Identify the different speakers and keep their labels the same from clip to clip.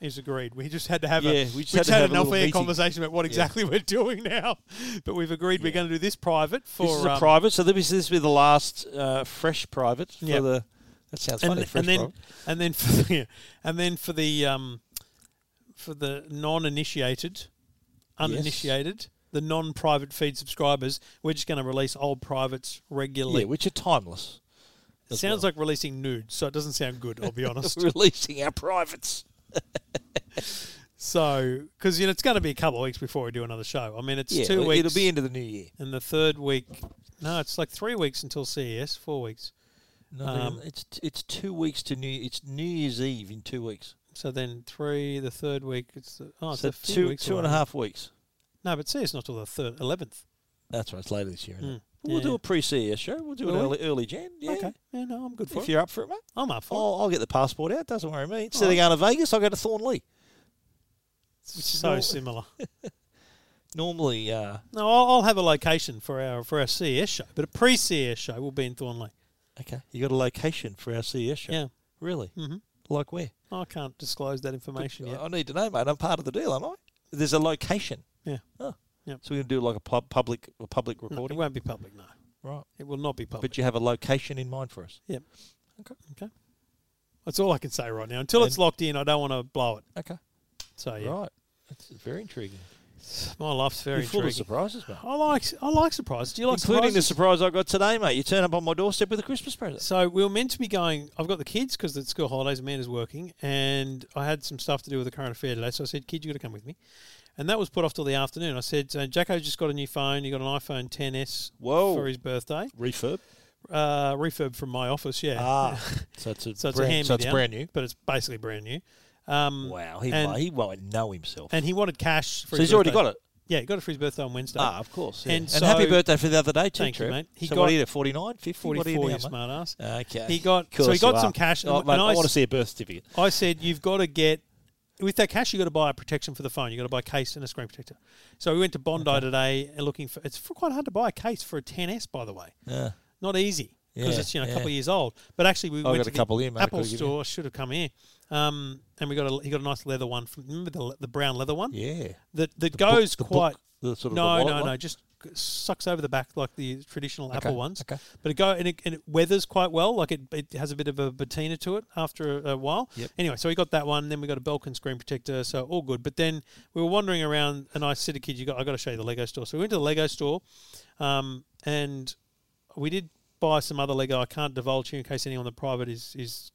Speaker 1: is agreed. We just had to have a
Speaker 2: Yeah,
Speaker 1: we just had,
Speaker 2: to have a
Speaker 1: an
Speaker 2: little
Speaker 1: off air
Speaker 2: meeting.
Speaker 1: conversation about what exactly we're doing now, but we've agreed we're going to do this private for
Speaker 2: This is a
Speaker 1: um,
Speaker 2: private, so this this will be the last uh, fresh private for
Speaker 1: Yeah.
Speaker 2: the. That sounds funny.
Speaker 1: and,
Speaker 2: fresh
Speaker 1: and then
Speaker 2: private.
Speaker 1: and then for the, and then for the um, for the non-initiated, uninitiated, the non-private feed subscribers, we're just going to release old privates regularly.
Speaker 2: yeah, which are timeless.
Speaker 1: it sounds like releasing nudes, so it doesn't sound good. I'll be honest.
Speaker 2: releasing our privates.
Speaker 1: so because you know it's going to be a couple of weeks before we do another show. I mean, it's
Speaker 2: Yeah,
Speaker 1: 2
Speaker 2: it'll-
Speaker 1: weeks.
Speaker 2: It'll be into the new year.
Speaker 1: and the third week. No, it's like three weeks until CES. Four weeks.
Speaker 2: No,
Speaker 1: Um,
Speaker 2: it's it's two weeks to New. It's New Year's Eve in two weeks.
Speaker 1: So then three. The third week. It's the, oh, it's
Speaker 2: so
Speaker 1: a few
Speaker 2: two
Speaker 1: weeks
Speaker 2: two and a
Speaker 1: away.
Speaker 2: half weeks.
Speaker 1: No, but CES not till the third eleventh.
Speaker 2: That's right. It's later this year. Isn't
Speaker 1: Mm.
Speaker 2: it? We'll
Speaker 1: Yeah.
Speaker 2: do a pre-CS show. We'll do
Speaker 1: Will
Speaker 2: it
Speaker 1: we?
Speaker 2: early, early Jan. Yeah.
Speaker 1: Okay. Yeah, no, I'm good for
Speaker 2: If Oh,
Speaker 1: it.
Speaker 2: you're up for it, mate.
Speaker 1: I'm up for it.
Speaker 2: I'll, I'll get the passport out. Doesn't worry me. Instead
Speaker 1: All
Speaker 2: of going to Vegas, I'll go to Thornley.
Speaker 1: Which is
Speaker 2: is
Speaker 1: so
Speaker 2: not-
Speaker 1: similar.
Speaker 2: Normally, uh,
Speaker 1: No, I'll, I'll have a location for our for our CES show, but a pre-CES show will be in Thornley.
Speaker 2: okay. You got a location for our CS show.
Speaker 1: Yeah.
Speaker 2: Really?
Speaker 1: hmm
Speaker 2: Like where?
Speaker 1: I can't disclose that information yet.
Speaker 2: I I need to know, mate. I'm part of the deal, am I? There's a location.
Speaker 1: Yeah.
Speaker 2: Oh.
Speaker 1: Yep.
Speaker 2: So we're gonna do like a pub, public a public
Speaker 1: No, it
Speaker 2: recording,
Speaker 1: won't be public. No,
Speaker 2: Mm. right?
Speaker 1: it will not be public.
Speaker 2: But you have a location in mind for us.
Speaker 1: That's all I can say right now. Until it's
Speaker 2: And-
Speaker 1: locked in, I don't want to blow it.
Speaker 2: Okay.
Speaker 1: So yeah,
Speaker 2: Right. That's very intriguing.
Speaker 1: my life's very
Speaker 2: You're full
Speaker 1: intriguing.
Speaker 2: of surprises, mate.
Speaker 1: I like I like surprises. Do you like
Speaker 2: Including the
Speaker 1: surprises?
Speaker 2: surprise I got today, mate. You turn up on my doorstep with a Christmas present.
Speaker 1: So we were meant to be going. I've got the kids because it's school holidays. Amanda's working, and I had some stuff to do with the current affair today. So I said, "Kid, you got to come with me," and that was put off till the afternoon. I said, uh, "Jacko's just got a new phone. He got an iPhone 10s
Speaker 2: Whoa.
Speaker 1: for his birthday,
Speaker 2: Refurb.
Speaker 1: uh, refurb from my office. Yeah,
Speaker 2: Ah. so it's a Mm.
Speaker 1: so it's a
Speaker 2: brand,
Speaker 1: hand
Speaker 2: so it's
Speaker 1: me down,
Speaker 2: brand new.
Speaker 1: but it's basically brand new. Um,
Speaker 2: Wow. He,
Speaker 1: And-
Speaker 2: he won't know himself.
Speaker 1: And he wanted cash. For
Speaker 2: so
Speaker 1: his
Speaker 2: he's already
Speaker 1: birthday.
Speaker 2: got it.
Speaker 1: Yeah, he got it for his birthday on Wednesday.
Speaker 2: Ah, of course. yeah.
Speaker 1: And
Speaker 2: And
Speaker 1: so-
Speaker 2: happy birthday for the other day too,
Speaker 1: Thank you,
Speaker 2: Trev.
Speaker 1: mate. He
Speaker 2: so
Speaker 1: got-
Speaker 2: what are you at, 49, 50? What are you
Speaker 1: Forty-four,
Speaker 2: now,
Speaker 1: you
Speaker 2: mate?
Speaker 1: smart ass.
Speaker 2: Okay.
Speaker 1: He got so he
Speaker 2: Course
Speaker 1: got
Speaker 2: you
Speaker 1: some
Speaker 2: are.
Speaker 1: cash. and
Speaker 2: Oh,
Speaker 1: w-
Speaker 2: mate,
Speaker 1: and
Speaker 2: I
Speaker 1: s-
Speaker 2: want to see a birth certificate.
Speaker 1: I said you've got to get with that cash you've got to buy a protection for the phone. You've got to buy a case and a screen protector. So we went to Bondi today and looking for it's for quite hard to buy a case for a 10s by the way.
Speaker 2: Yeah.
Speaker 1: Not easy because
Speaker 2: Yeah,
Speaker 1: it's you know a
Speaker 2: yeah.
Speaker 1: couple of years old. But actually we
Speaker 2: I
Speaker 1: went
Speaker 2: got
Speaker 1: to
Speaker 2: a
Speaker 1: the
Speaker 2: couple here, mate. I
Speaker 1: Apple
Speaker 2: could've given
Speaker 1: store should have come here. Um, and we got a he got a nice leather one from remember the, the brown leather one
Speaker 2: Yeah.
Speaker 1: that that
Speaker 2: book-
Speaker 1: goes
Speaker 2: the book-
Speaker 1: quite
Speaker 2: the sort of the
Speaker 1: no
Speaker 2: wallet
Speaker 1: no
Speaker 2: one?
Speaker 1: no just sucks over the back like the traditional Apple ones.
Speaker 2: okay.
Speaker 1: But it go and it, and it weathers quite well. Like it, it has a bit of a patina to it after a, a while.
Speaker 2: Yep.
Speaker 1: Anyway, so we got that one. Then we got a Belkin screen protector. So all good. But then we were wandering around, and I said to kid, "You got, I got to show you the Lego store." So we went to the Lego store, um, and we did buy some other Lego. I can't divulge here in case anyone in the private is is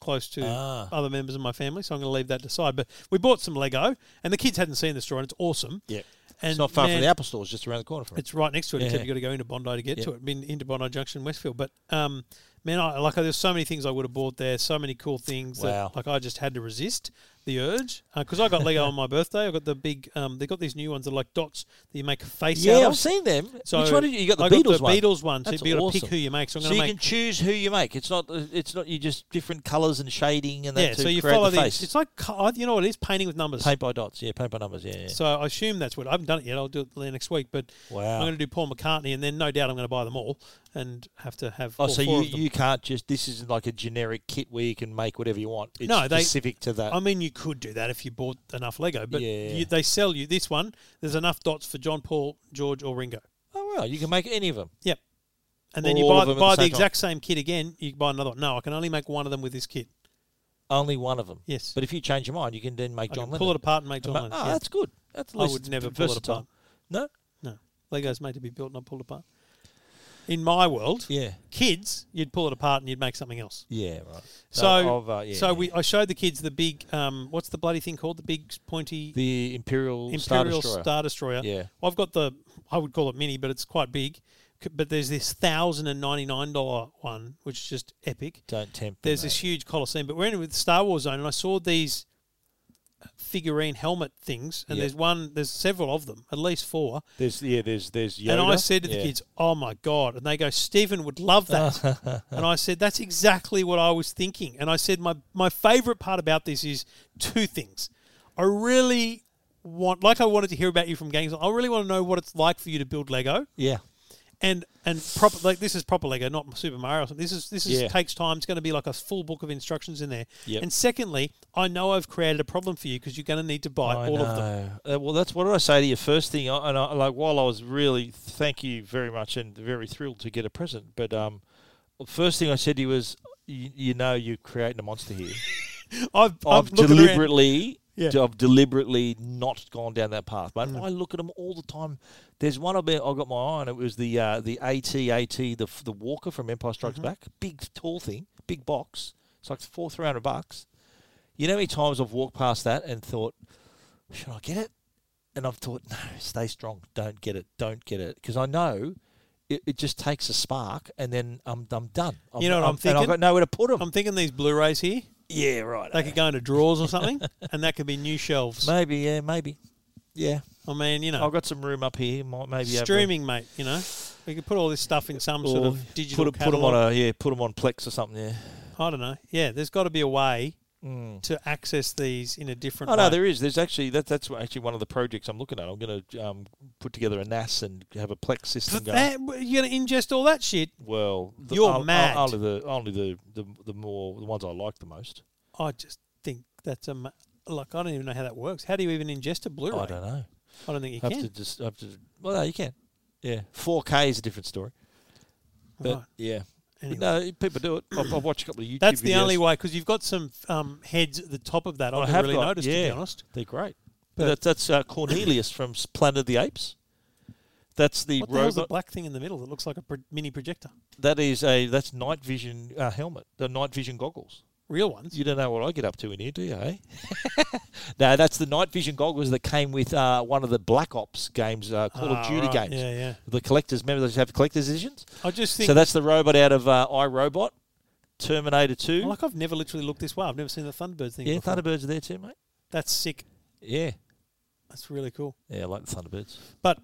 Speaker 1: close to
Speaker 2: Ah.
Speaker 1: other members of my family. So I'm going to leave that to side. But we bought some Lego, and the kids hadn't seen the store, and it's awesome.
Speaker 2: Yeah.
Speaker 1: And
Speaker 2: it's not far
Speaker 1: man,
Speaker 2: from the Apple store. It's just around the corner from it.
Speaker 1: it's right next to it.
Speaker 2: Yeah.
Speaker 1: Except you got to go into Bondi to get
Speaker 2: Yeah.
Speaker 1: to it. Been into Bondi Junction, Westfield. But um, man, I, like there's so many things I would have bought there. So many cool things.
Speaker 2: Wow.
Speaker 1: That, like I just had to resist the urge because I got Lego on my birthday. I got the big. Um, they got these new ones that are like dots that you make a face out
Speaker 2: Yeah,
Speaker 1: of.
Speaker 2: I've seen them.
Speaker 1: So
Speaker 2: Which one did you? You got the
Speaker 1: I
Speaker 2: Beatles
Speaker 1: got the
Speaker 2: one.
Speaker 1: Beatles one. So
Speaker 2: That's
Speaker 1: you got to pick
Speaker 2: awesome.
Speaker 1: who you make. So I'm
Speaker 2: so
Speaker 1: going
Speaker 2: you
Speaker 1: to make.
Speaker 2: can choose who you make. It's not. It's not. You just different colours and shading and that
Speaker 1: Yeah,
Speaker 2: to
Speaker 1: so you
Speaker 2: create
Speaker 1: follow
Speaker 2: the
Speaker 1: these.
Speaker 2: face.
Speaker 1: It's like co- you know what it is, painting with numbers.
Speaker 2: paint by dots. Yeah, paint by numbers. Yeah. yeah.
Speaker 1: So I assume that's what I haven't done it yet. I'll do it later next week, but I'm
Speaker 2: wow.
Speaker 1: going to do Paul McCartney, and then no doubt I'm going to buy them all and have to have.
Speaker 2: Oh,
Speaker 1: all
Speaker 2: so
Speaker 1: four
Speaker 2: you,
Speaker 1: of them.
Speaker 2: you can't just this isn't like a generic kit where you can make whatever you want. It's
Speaker 1: No, they-
Speaker 2: specific to that.
Speaker 1: I mean, you could do that if you bought enough Lego, but
Speaker 2: Yeah.
Speaker 1: you, they sell you this one. There's enough dots for John, Paul, George, or Ringo.
Speaker 2: oh well, you can make any of them.
Speaker 1: Yep. And then
Speaker 2: Or
Speaker 1: you
Speaker 2: all
Speaker 1: buy,
Speaker 2: of them at
Speaker 1: buy
Speaker 2: the
Speaker 1: the,
Speaker 2: same time.
Speaker 1: exact same kit again. You buy another one. No, I can only make one of them with this kit.
Speaker 2: Only one of them.
Speaker 1: Yes.
Speaker 2: But if you change your mind, you can then make
Speaker 1: I
Speaker 2: John
Speaker 1: can
Speaker 2: Lennon.
Speaker 1: pull it apart and make John
Speaker 2: Ma-
Speaker 1: Lennon.
Speaker 2: Ah,
Speaker 1: Yeah.
Speaker 2: that's good. That's at
Speaker 1: I
Speaker 2: least
Speaker 1: would
Speaker 2: it's
Speaker 1: never pull it
Speaker 2: versatile.
Speaker 1: apart.
Speaker 2: No.
Speaker 1: No, Lego's made to be built, not pulled apart. In my world,
Speaker 2: Yeah.
Speaker 1: kids, you'd pull it apart and you'd make something else.
Speaker 2: Yeah. Right.
Speaker 1: So,
Speaker 2: I've, uh, yeah,
Speaker 1: so
Speaker 2: yeah.
Speaker 1: we I showed the kids the big um, what's the bloody thing called? The big pointy
Speaker 2: the Imperial, Star
Speaker 1: Imperial
Speaker 2: Destroyer.
Speaker 1: Star Destroyer.
Speaker 2: Yeah.
Speaker 1: Well, I've got the I would call it mini, but it's quite big. C- But there's this thousand and ninety nine dollar one, which is just epic.
Speaker 2: Don't tempt.
Speaker 1: There's
Speaker 2: me,
Speaker 1: this
Speaker 2: mate.
Speaker 1: huge Colosseum, but we're in with the Star Wars zone, and I saw these figurine helmet things, and
Speaker 2: Yeah.
Speaker 1: there's one, there's several of them, at least four.
Speaker 2: There's yeah. There's there's Yoda.
Speaker 1: And I said to the
Speaker 2: Yeah.
Speaker 1: kids, "Oh my god!" And they go, "Stephen would love that." and I said, "That's exactly what I was thinking." And I said, "My my favorite part about this is two things. I really want, like, I wanted to hear about you from games. I really want to know what it's like for you to build Lego,
Speaker 2: Yeah.
Speaker 1: and and proper like this is proper Lego, not Super Mario. Or something. This is this is
Speaker 2: Yeah.
Speaker 1: takes time. It's going to be like a full book of instructions in there.
Speaker 2: Yep.
Speaker 1: And secondly, I know I've created a problem for you because you're going to need to buy
Speaker 2: I
Speaker 1: all of them.
Speaker 2: know. Uh, well, that's what did I say to you first thing. I, and I, like while I was really thank you very much and very thrilled to get a present, but um, first thing I said to you was, you, you know, you're creating a monster here.
Speaker 1: I've,
Speaker 2: I've
Speaker 1: I've looking around-
Speaker 2: deliberately,
Speaker 1: Yeah. Mm.
Speaker 2: I've deliberately not gone down that path, mate. I look at them all the time. There's one I bet I got my eye on. It was the uh, the AT-AT, the f- the Walker from Empire
Speaker 1: Mm-hmm.
Speaker 2: Strikes Back, big tall thing, big box. It's like four three hundred bucks. You know how many times I've walked past that and thought, should I get it? And I've thought, no, stay strong. Don't get it. Don't get it. Because I know. It, it just takes a spark, and then I'm, I'm done. I'm,
Speaker 1: You know what I'm
Speaker 2: and I've
Speaker 1: thinking?
Speaker 2: got nowhere to put them.
Speaker 1: I'm thinking these Blu-rays here
Speaker 2: yeah, right.
Speaker 1: they could go into drawers or something, and that could be new shelves.
Speaker 2: Maybe, yeah, maybe. Yeah.
Speaker 1: I mean, you know,
Speaker 2: I've got some room up here. Might maybe have a-
Speaker 1: streaming, mate. You know, we could put all this stuff in some sort
Speaker 2: or
Speaker 1: of digital
Speaker 2: put,
Speaker 1: catalog.
Speaker 2: them on a yeah, put 'em on Plex or something. Yeah.
Speaker 1: I don't know. Yeah, there's got to be a way
Speaker 2: Mm.
Speaker 1: to access these in a different.
Speaker 2: Oh
Speaker 1: way.
Speaker 2: no, there is. There's actually that. That's actually one of the projects I'm looking at. I'm going to um, put together a NAS and have a Plex system
Speaker 1: But
Speaker 2: going.
Speaker 1: that, you're gonna ingest all that shit.
Speaker 2: well, the,
Speaker 1: You're
Speaker 2: on- on-
Speaker 1: mad.
Speaker 2: Only the only the, the the more the ones I like the most.
Speaker 1: I just think that's a ma- like I don't even know how that works. How do you even ingest a Blu-ray?
Speaker 2: I don't know.
Speaker 1: I don't think you
Speaker 2: have
Speaker 1: can.
Speaker 2: to just have to. Well, no, you can. Yeah, 4K is a different story. But
Speaker 1: Right.
Speaker 2: yeah, But
Speaker 1: Anyway.
Speaker 2: no, people do it. I've, I've watched a couple of YouTube.
Speaker 1: That's the
Speaker 2: videos.
Speaker 1: only way because you've got some um, heads at the top of that.
Speaker 2: I
Speaker 1: I've
Speaker 2: have
Speaker 1: never really
Speaker 2: got-
Speaker 1: noticed, to
Speaker 2: yeah.
Speaker 1: be honest.
Speaker 2: They're great.
Speaker 1: But-
Speaker 2: But that's, that's uh, Cornelius from S- Planet of the Apes. That's the
Speaker 1: What the hell's the
Speaker 2: robot.
Speaker 1: black thing in the middle that looks like a pro- mini projector?
Speaker 2: that is a that's night vision uh, helmet. The night vision goggles.
Speaker 1: Real ones.
Speaker 2: You don't know what I get up to in here, do you? Eh? no, that's the night vision goggles that came with uh, one of the Black Ops games, uh, Call
Speaker 1: Ah,
Speaker 2: of Duty
Speaker 1: right.
Speaker 2: games.
Speaker 1: Yeah, yeah.
Speaker 2: The collectors, remember those have collectors editions.
Speaker 1: I just think
Speaker 2: So that's the robot out of uh, iRobot, Terminator Two.
Speaker 1: like I've never literally looked this way. I've never seen the Thunderbird thing.
Speaker 2: yeah,
Speaker 1: before.
Speaker 2: Thunderbirds are there too, mate.
Speaker 1: That's sick.
Speaker 2: Yeah,
Speaker 1: That's really cool.
Speaker 2: yeah, I like the Thunderbirds.
Speaker 1: But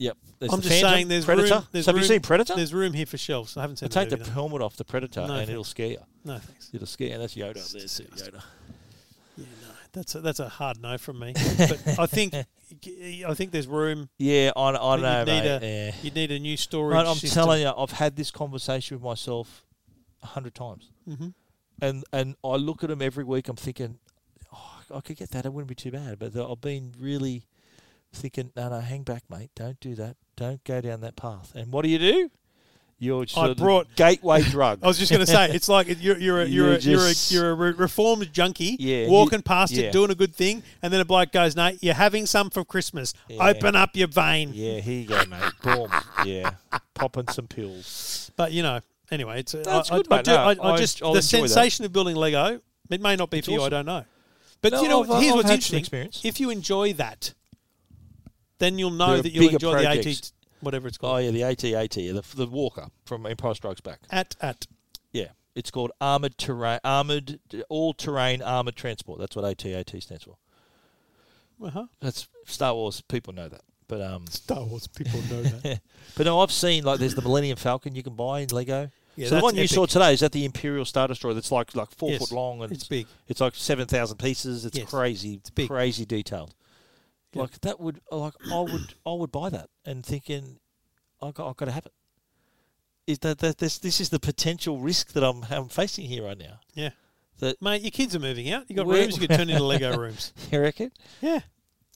Speaker 2: Yep. There's
Speaker 1: I'm
Speaker 2: the
Speaker 1: just
Speaker 2: Phantom,
Speaker 1: saying there's
Speaker 2: Predator.
Speaker 1: room- there's
Speaker 2: have you
Speaker 1: room-
Speaker 2: seen Predator?
Speaker 1: there's room here for shelves. I haven't seen.
Speaker 2: Well, take
Speaker 1: the
Speaker 2: the
Speaker 1: movie,
Speaker 2: helmet off the predator
Speaker 1: No,
Speaker 2: and
Speaker 1: thank-
Speaker 2: it'll scare you.
Speaker 1: though. No thanks.
Speaker 2: It'll scare you. That's Yoda up there.
Speaker 1: It's
Speaker 2: too,
Speaker 1: disgusting.
Speaker 2: Yoda.
Speaker 1: Yeah, no, that's a, that's a hard no from me. But I think I think there's room.
Speaker 2: Yeah, I, I
Speaker 1: You'd
Speaker 2: know,
Speaker 1: need
Speaker 2: mate.
Speaker 1: a-
Speaker 2: yeah.
Speaker 1: You need a new storage.
Speaker 2: Mate, I'm telling you, I've had this conversation with myself a hundred times,
Speaker 1: hmm
Speaker 2: and and I look at them every week. I'm thinking, oh, I could get that. It wouldn't be too bad. But I've been really thinking, no, no, hang back, mate. Don't do that. Don't go down that path. And what do you do? You're sort of the
Speaker 1: brought-
Speaker 2: gateway drug.
Speaker 1: I was just going to say, it's like you're you're a,
Speaker 2: You
Speaker 1: you're, a, you're, a,
Speaker 2: just-
Speaker 1: you're a re- reformed junkie,
Speaker 2: Yeah, you-
Speaker 1: walking past
Speaker 2: yeah.
Speaker 1: it, doing a good thing, and then a bloke goes, "No, you're having some for Christmas.
Speaker 2: Yeah.
Speaker 1: Open up your vein."
Speaker 2: yeah, here you go, mate. Boom. Yeah, popping some pills.
Speaker 1: But you know, anyway, it's
Speaker 2: That's
Speaker 1: I,
Speaker 2: good,
Speaker 1: I, I,
Speaker 2: mate.
Speaker 1: do,
Speaker 2: No,
Speaker 1: I, I
Speaker 2: I-
Speaker 1: just
Speaker 2: I'll
Speaker 1: the
Speaker 2: enjoy that.
Speaker 1: sensation of building Lego. It may not be for you, I
Speaker 2: awesome.
Speaker 1: don't know. But
Speaker 2: No,
Speaker 1: you know,
Speaker 2: I've, uh,
Speaker 1: here's
Speaker 2: I've
Speaker 1: what's
Speaker 2: had some
Speaker 1: interesting:
Speaker 2: experience.
Speaker 1: if you enjoy that, then you'll know
Speaker 2: There are
Speaker 1: that you'll
Speaker 2: bigger
Speaker 1: enjoy the AT,
Speaker 2: projects.
Speaker 1: whatever it's
Speaker 2: Oh
Speaker 1: called,
Speaker 2: yeah, the AT-AT, yeah, the, the Walker from Empire Strikes Back.
Speaker 1: at at.
Speaker 2: Yeah, it's called Armored Terrain, Armored All-Terrain Armored Transport. That's what AT-AT stands for.
Speaker 1: Uh-huh.
Speaker 2: That's Star Wars. People know that, but um,
Speaker 1: Star Wars people know that.
Speaker 2: but no, I've seen like there's the Millennium Falcon you can buy in Lego.
Speaker 1: Yeah,
Speaker 2: so the
Speaker 1: that's
Speaker 2: one you saw
Speaker 1: epic.
Speaker 2: today is that the Imperial Star Destroyer that's like like four
Speaker 1: Yes,
Speaker 2: foot long and
Speaker 1: it's big.
Speaker 2: It's like seven thousand pieces. It's
Speaker 1: Yes,
Speaker 2: crazy,
Speaker 1: big.
Speaker 2: crazy detailed.
Speaker 1: Yeah.
Speaker 2: Like that would like I would I would buy that and thinking I got I got to have it. Is that, that this this is the potential risk that I'm I'm facing here right now?
Speaker 1: Yeah.
Speaker 2: That
Speaker 1: Mate, your kids are moving out. You got
Speaker 2: Where-
Speaker 1: rooms you could turn into Lego rooms.
Speaker 2: you reckon?
Speaker 1: Yeah.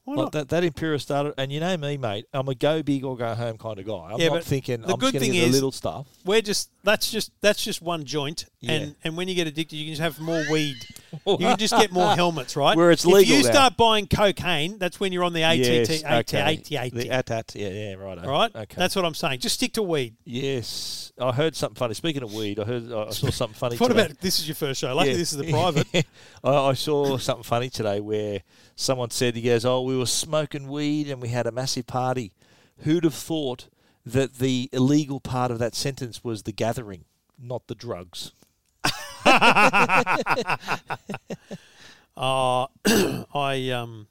Speaker 1: Why
Speaker 2: Like
Speaker 1: not?
Speaker 2: that that Imperial started, and you know me, mate. I'm a go big or go home kind of guy. I'm
Speaker 1: Yeah,
Speaker 2: not
Speaker 1: but
Speaker 2: thinking
Speaker 1: the
Speaker 2: I'm
Speaker 1: good
Speaker 2: just going
Speaker 1: thing
Speaker 2: to get the
Speaker 1: is-
Speaker 2: little stuff.
Speaker 1: We're just that's just that's just one joint,
Speaker 2: Yeah.
Speaker 1: and and when you get addicted, you can just have more weed. You can just get more helmets, right?
Speaker 2: Where it's
Speaker 1: if
Speaker 2: legal
Speaker 1: you
Speaker 2: now.
Speaker 1: start buying cocaine, that's when you're on the ATT,
Speaker 2: Yes,
Speaker 1: AT,
Speaker 2: okay.
Speaker 1: AT, AT,
Speaker 2: The at at yeah yeah right
Speaker 1: right?
Speaker 2: okay
Speaker 1: That's what I'm saying. Just stick to weed.
Speaker 2: yes I heard something funny. Speaking of weed, I heard I I saw something funny.
Speaker 1: What
Speaker 2: today.
Speaker 1: about this is your first show? Luckily,
Speaker 2: Yeah.
Speaker 1: this is the private.
Speaker 2: I, I saw something funny today where someone said, he goes, Oh, we were smoking weed and we had a massive party. Who'd have thought that the illegal part of that sentence was the gathering, not the drugs?
Speaker 1: Uh, I um,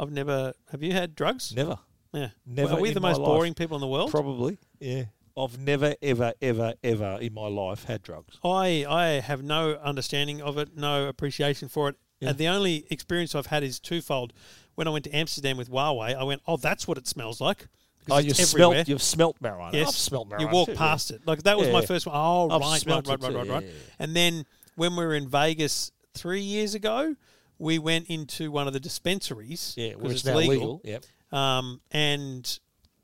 Speaker 1: I've never. Have you had drugs?
Speaker 2: Never.
Speaker 1: Yeah.
Speaker 2: Never
Speaker 1: Are we
Speaker 2: in
Speaker 1: the
Speaker 2: my
Speaker 1: most
Speaker 2: life.
Speaker 1: boring people in the world?
Speaker 2: Probably. Yeah. I've never, ever, ever, ever in my life had drugs.
Speaker 1: I I have no understanding of it, no appreciation for it.
Speaker 2: Yeah.
Speaker 1: And the only experience I've had is twofold. When I went to Amsterdam with Huawei, I went, "Oh, that's what it smells like."
Speaker 2: Oh,
Speaker 1: because
Speaker 2: you've
Speaker 1: it's everywhere.
Speaker 2: smelt, you've smelt marijuana.
Speaker 1: yes,
Speaker 2: I've smelt marijuana.
Speaker 1: You walk
Speaker 2: too, yeah.
Speaker 1: past it. Like that was
Speaker 2: Yeah,
Speaker 1: my
Speaker 2: yeah.
Speaker 1: first one. Oh,
Speaker 2: I've
Speaker 1: right, right,
Speaker 2: smelt
Speaker 1: right,
Speaker 2: it
Speaker 1: right,
Speaker 2: too,
Speaker 1: right,
Speaker 2: yeah,
Speaker 1: right.
Speaker 2: yeah, yeah.
Speaker 1: And then when we were in Vegas three years ago, we went into one of the dispensaries.
Speaker 2: Yeah,
Speaker 1: 'cause
Speaker 2: where it's, now legal. Yep.
Speaker 1: um, and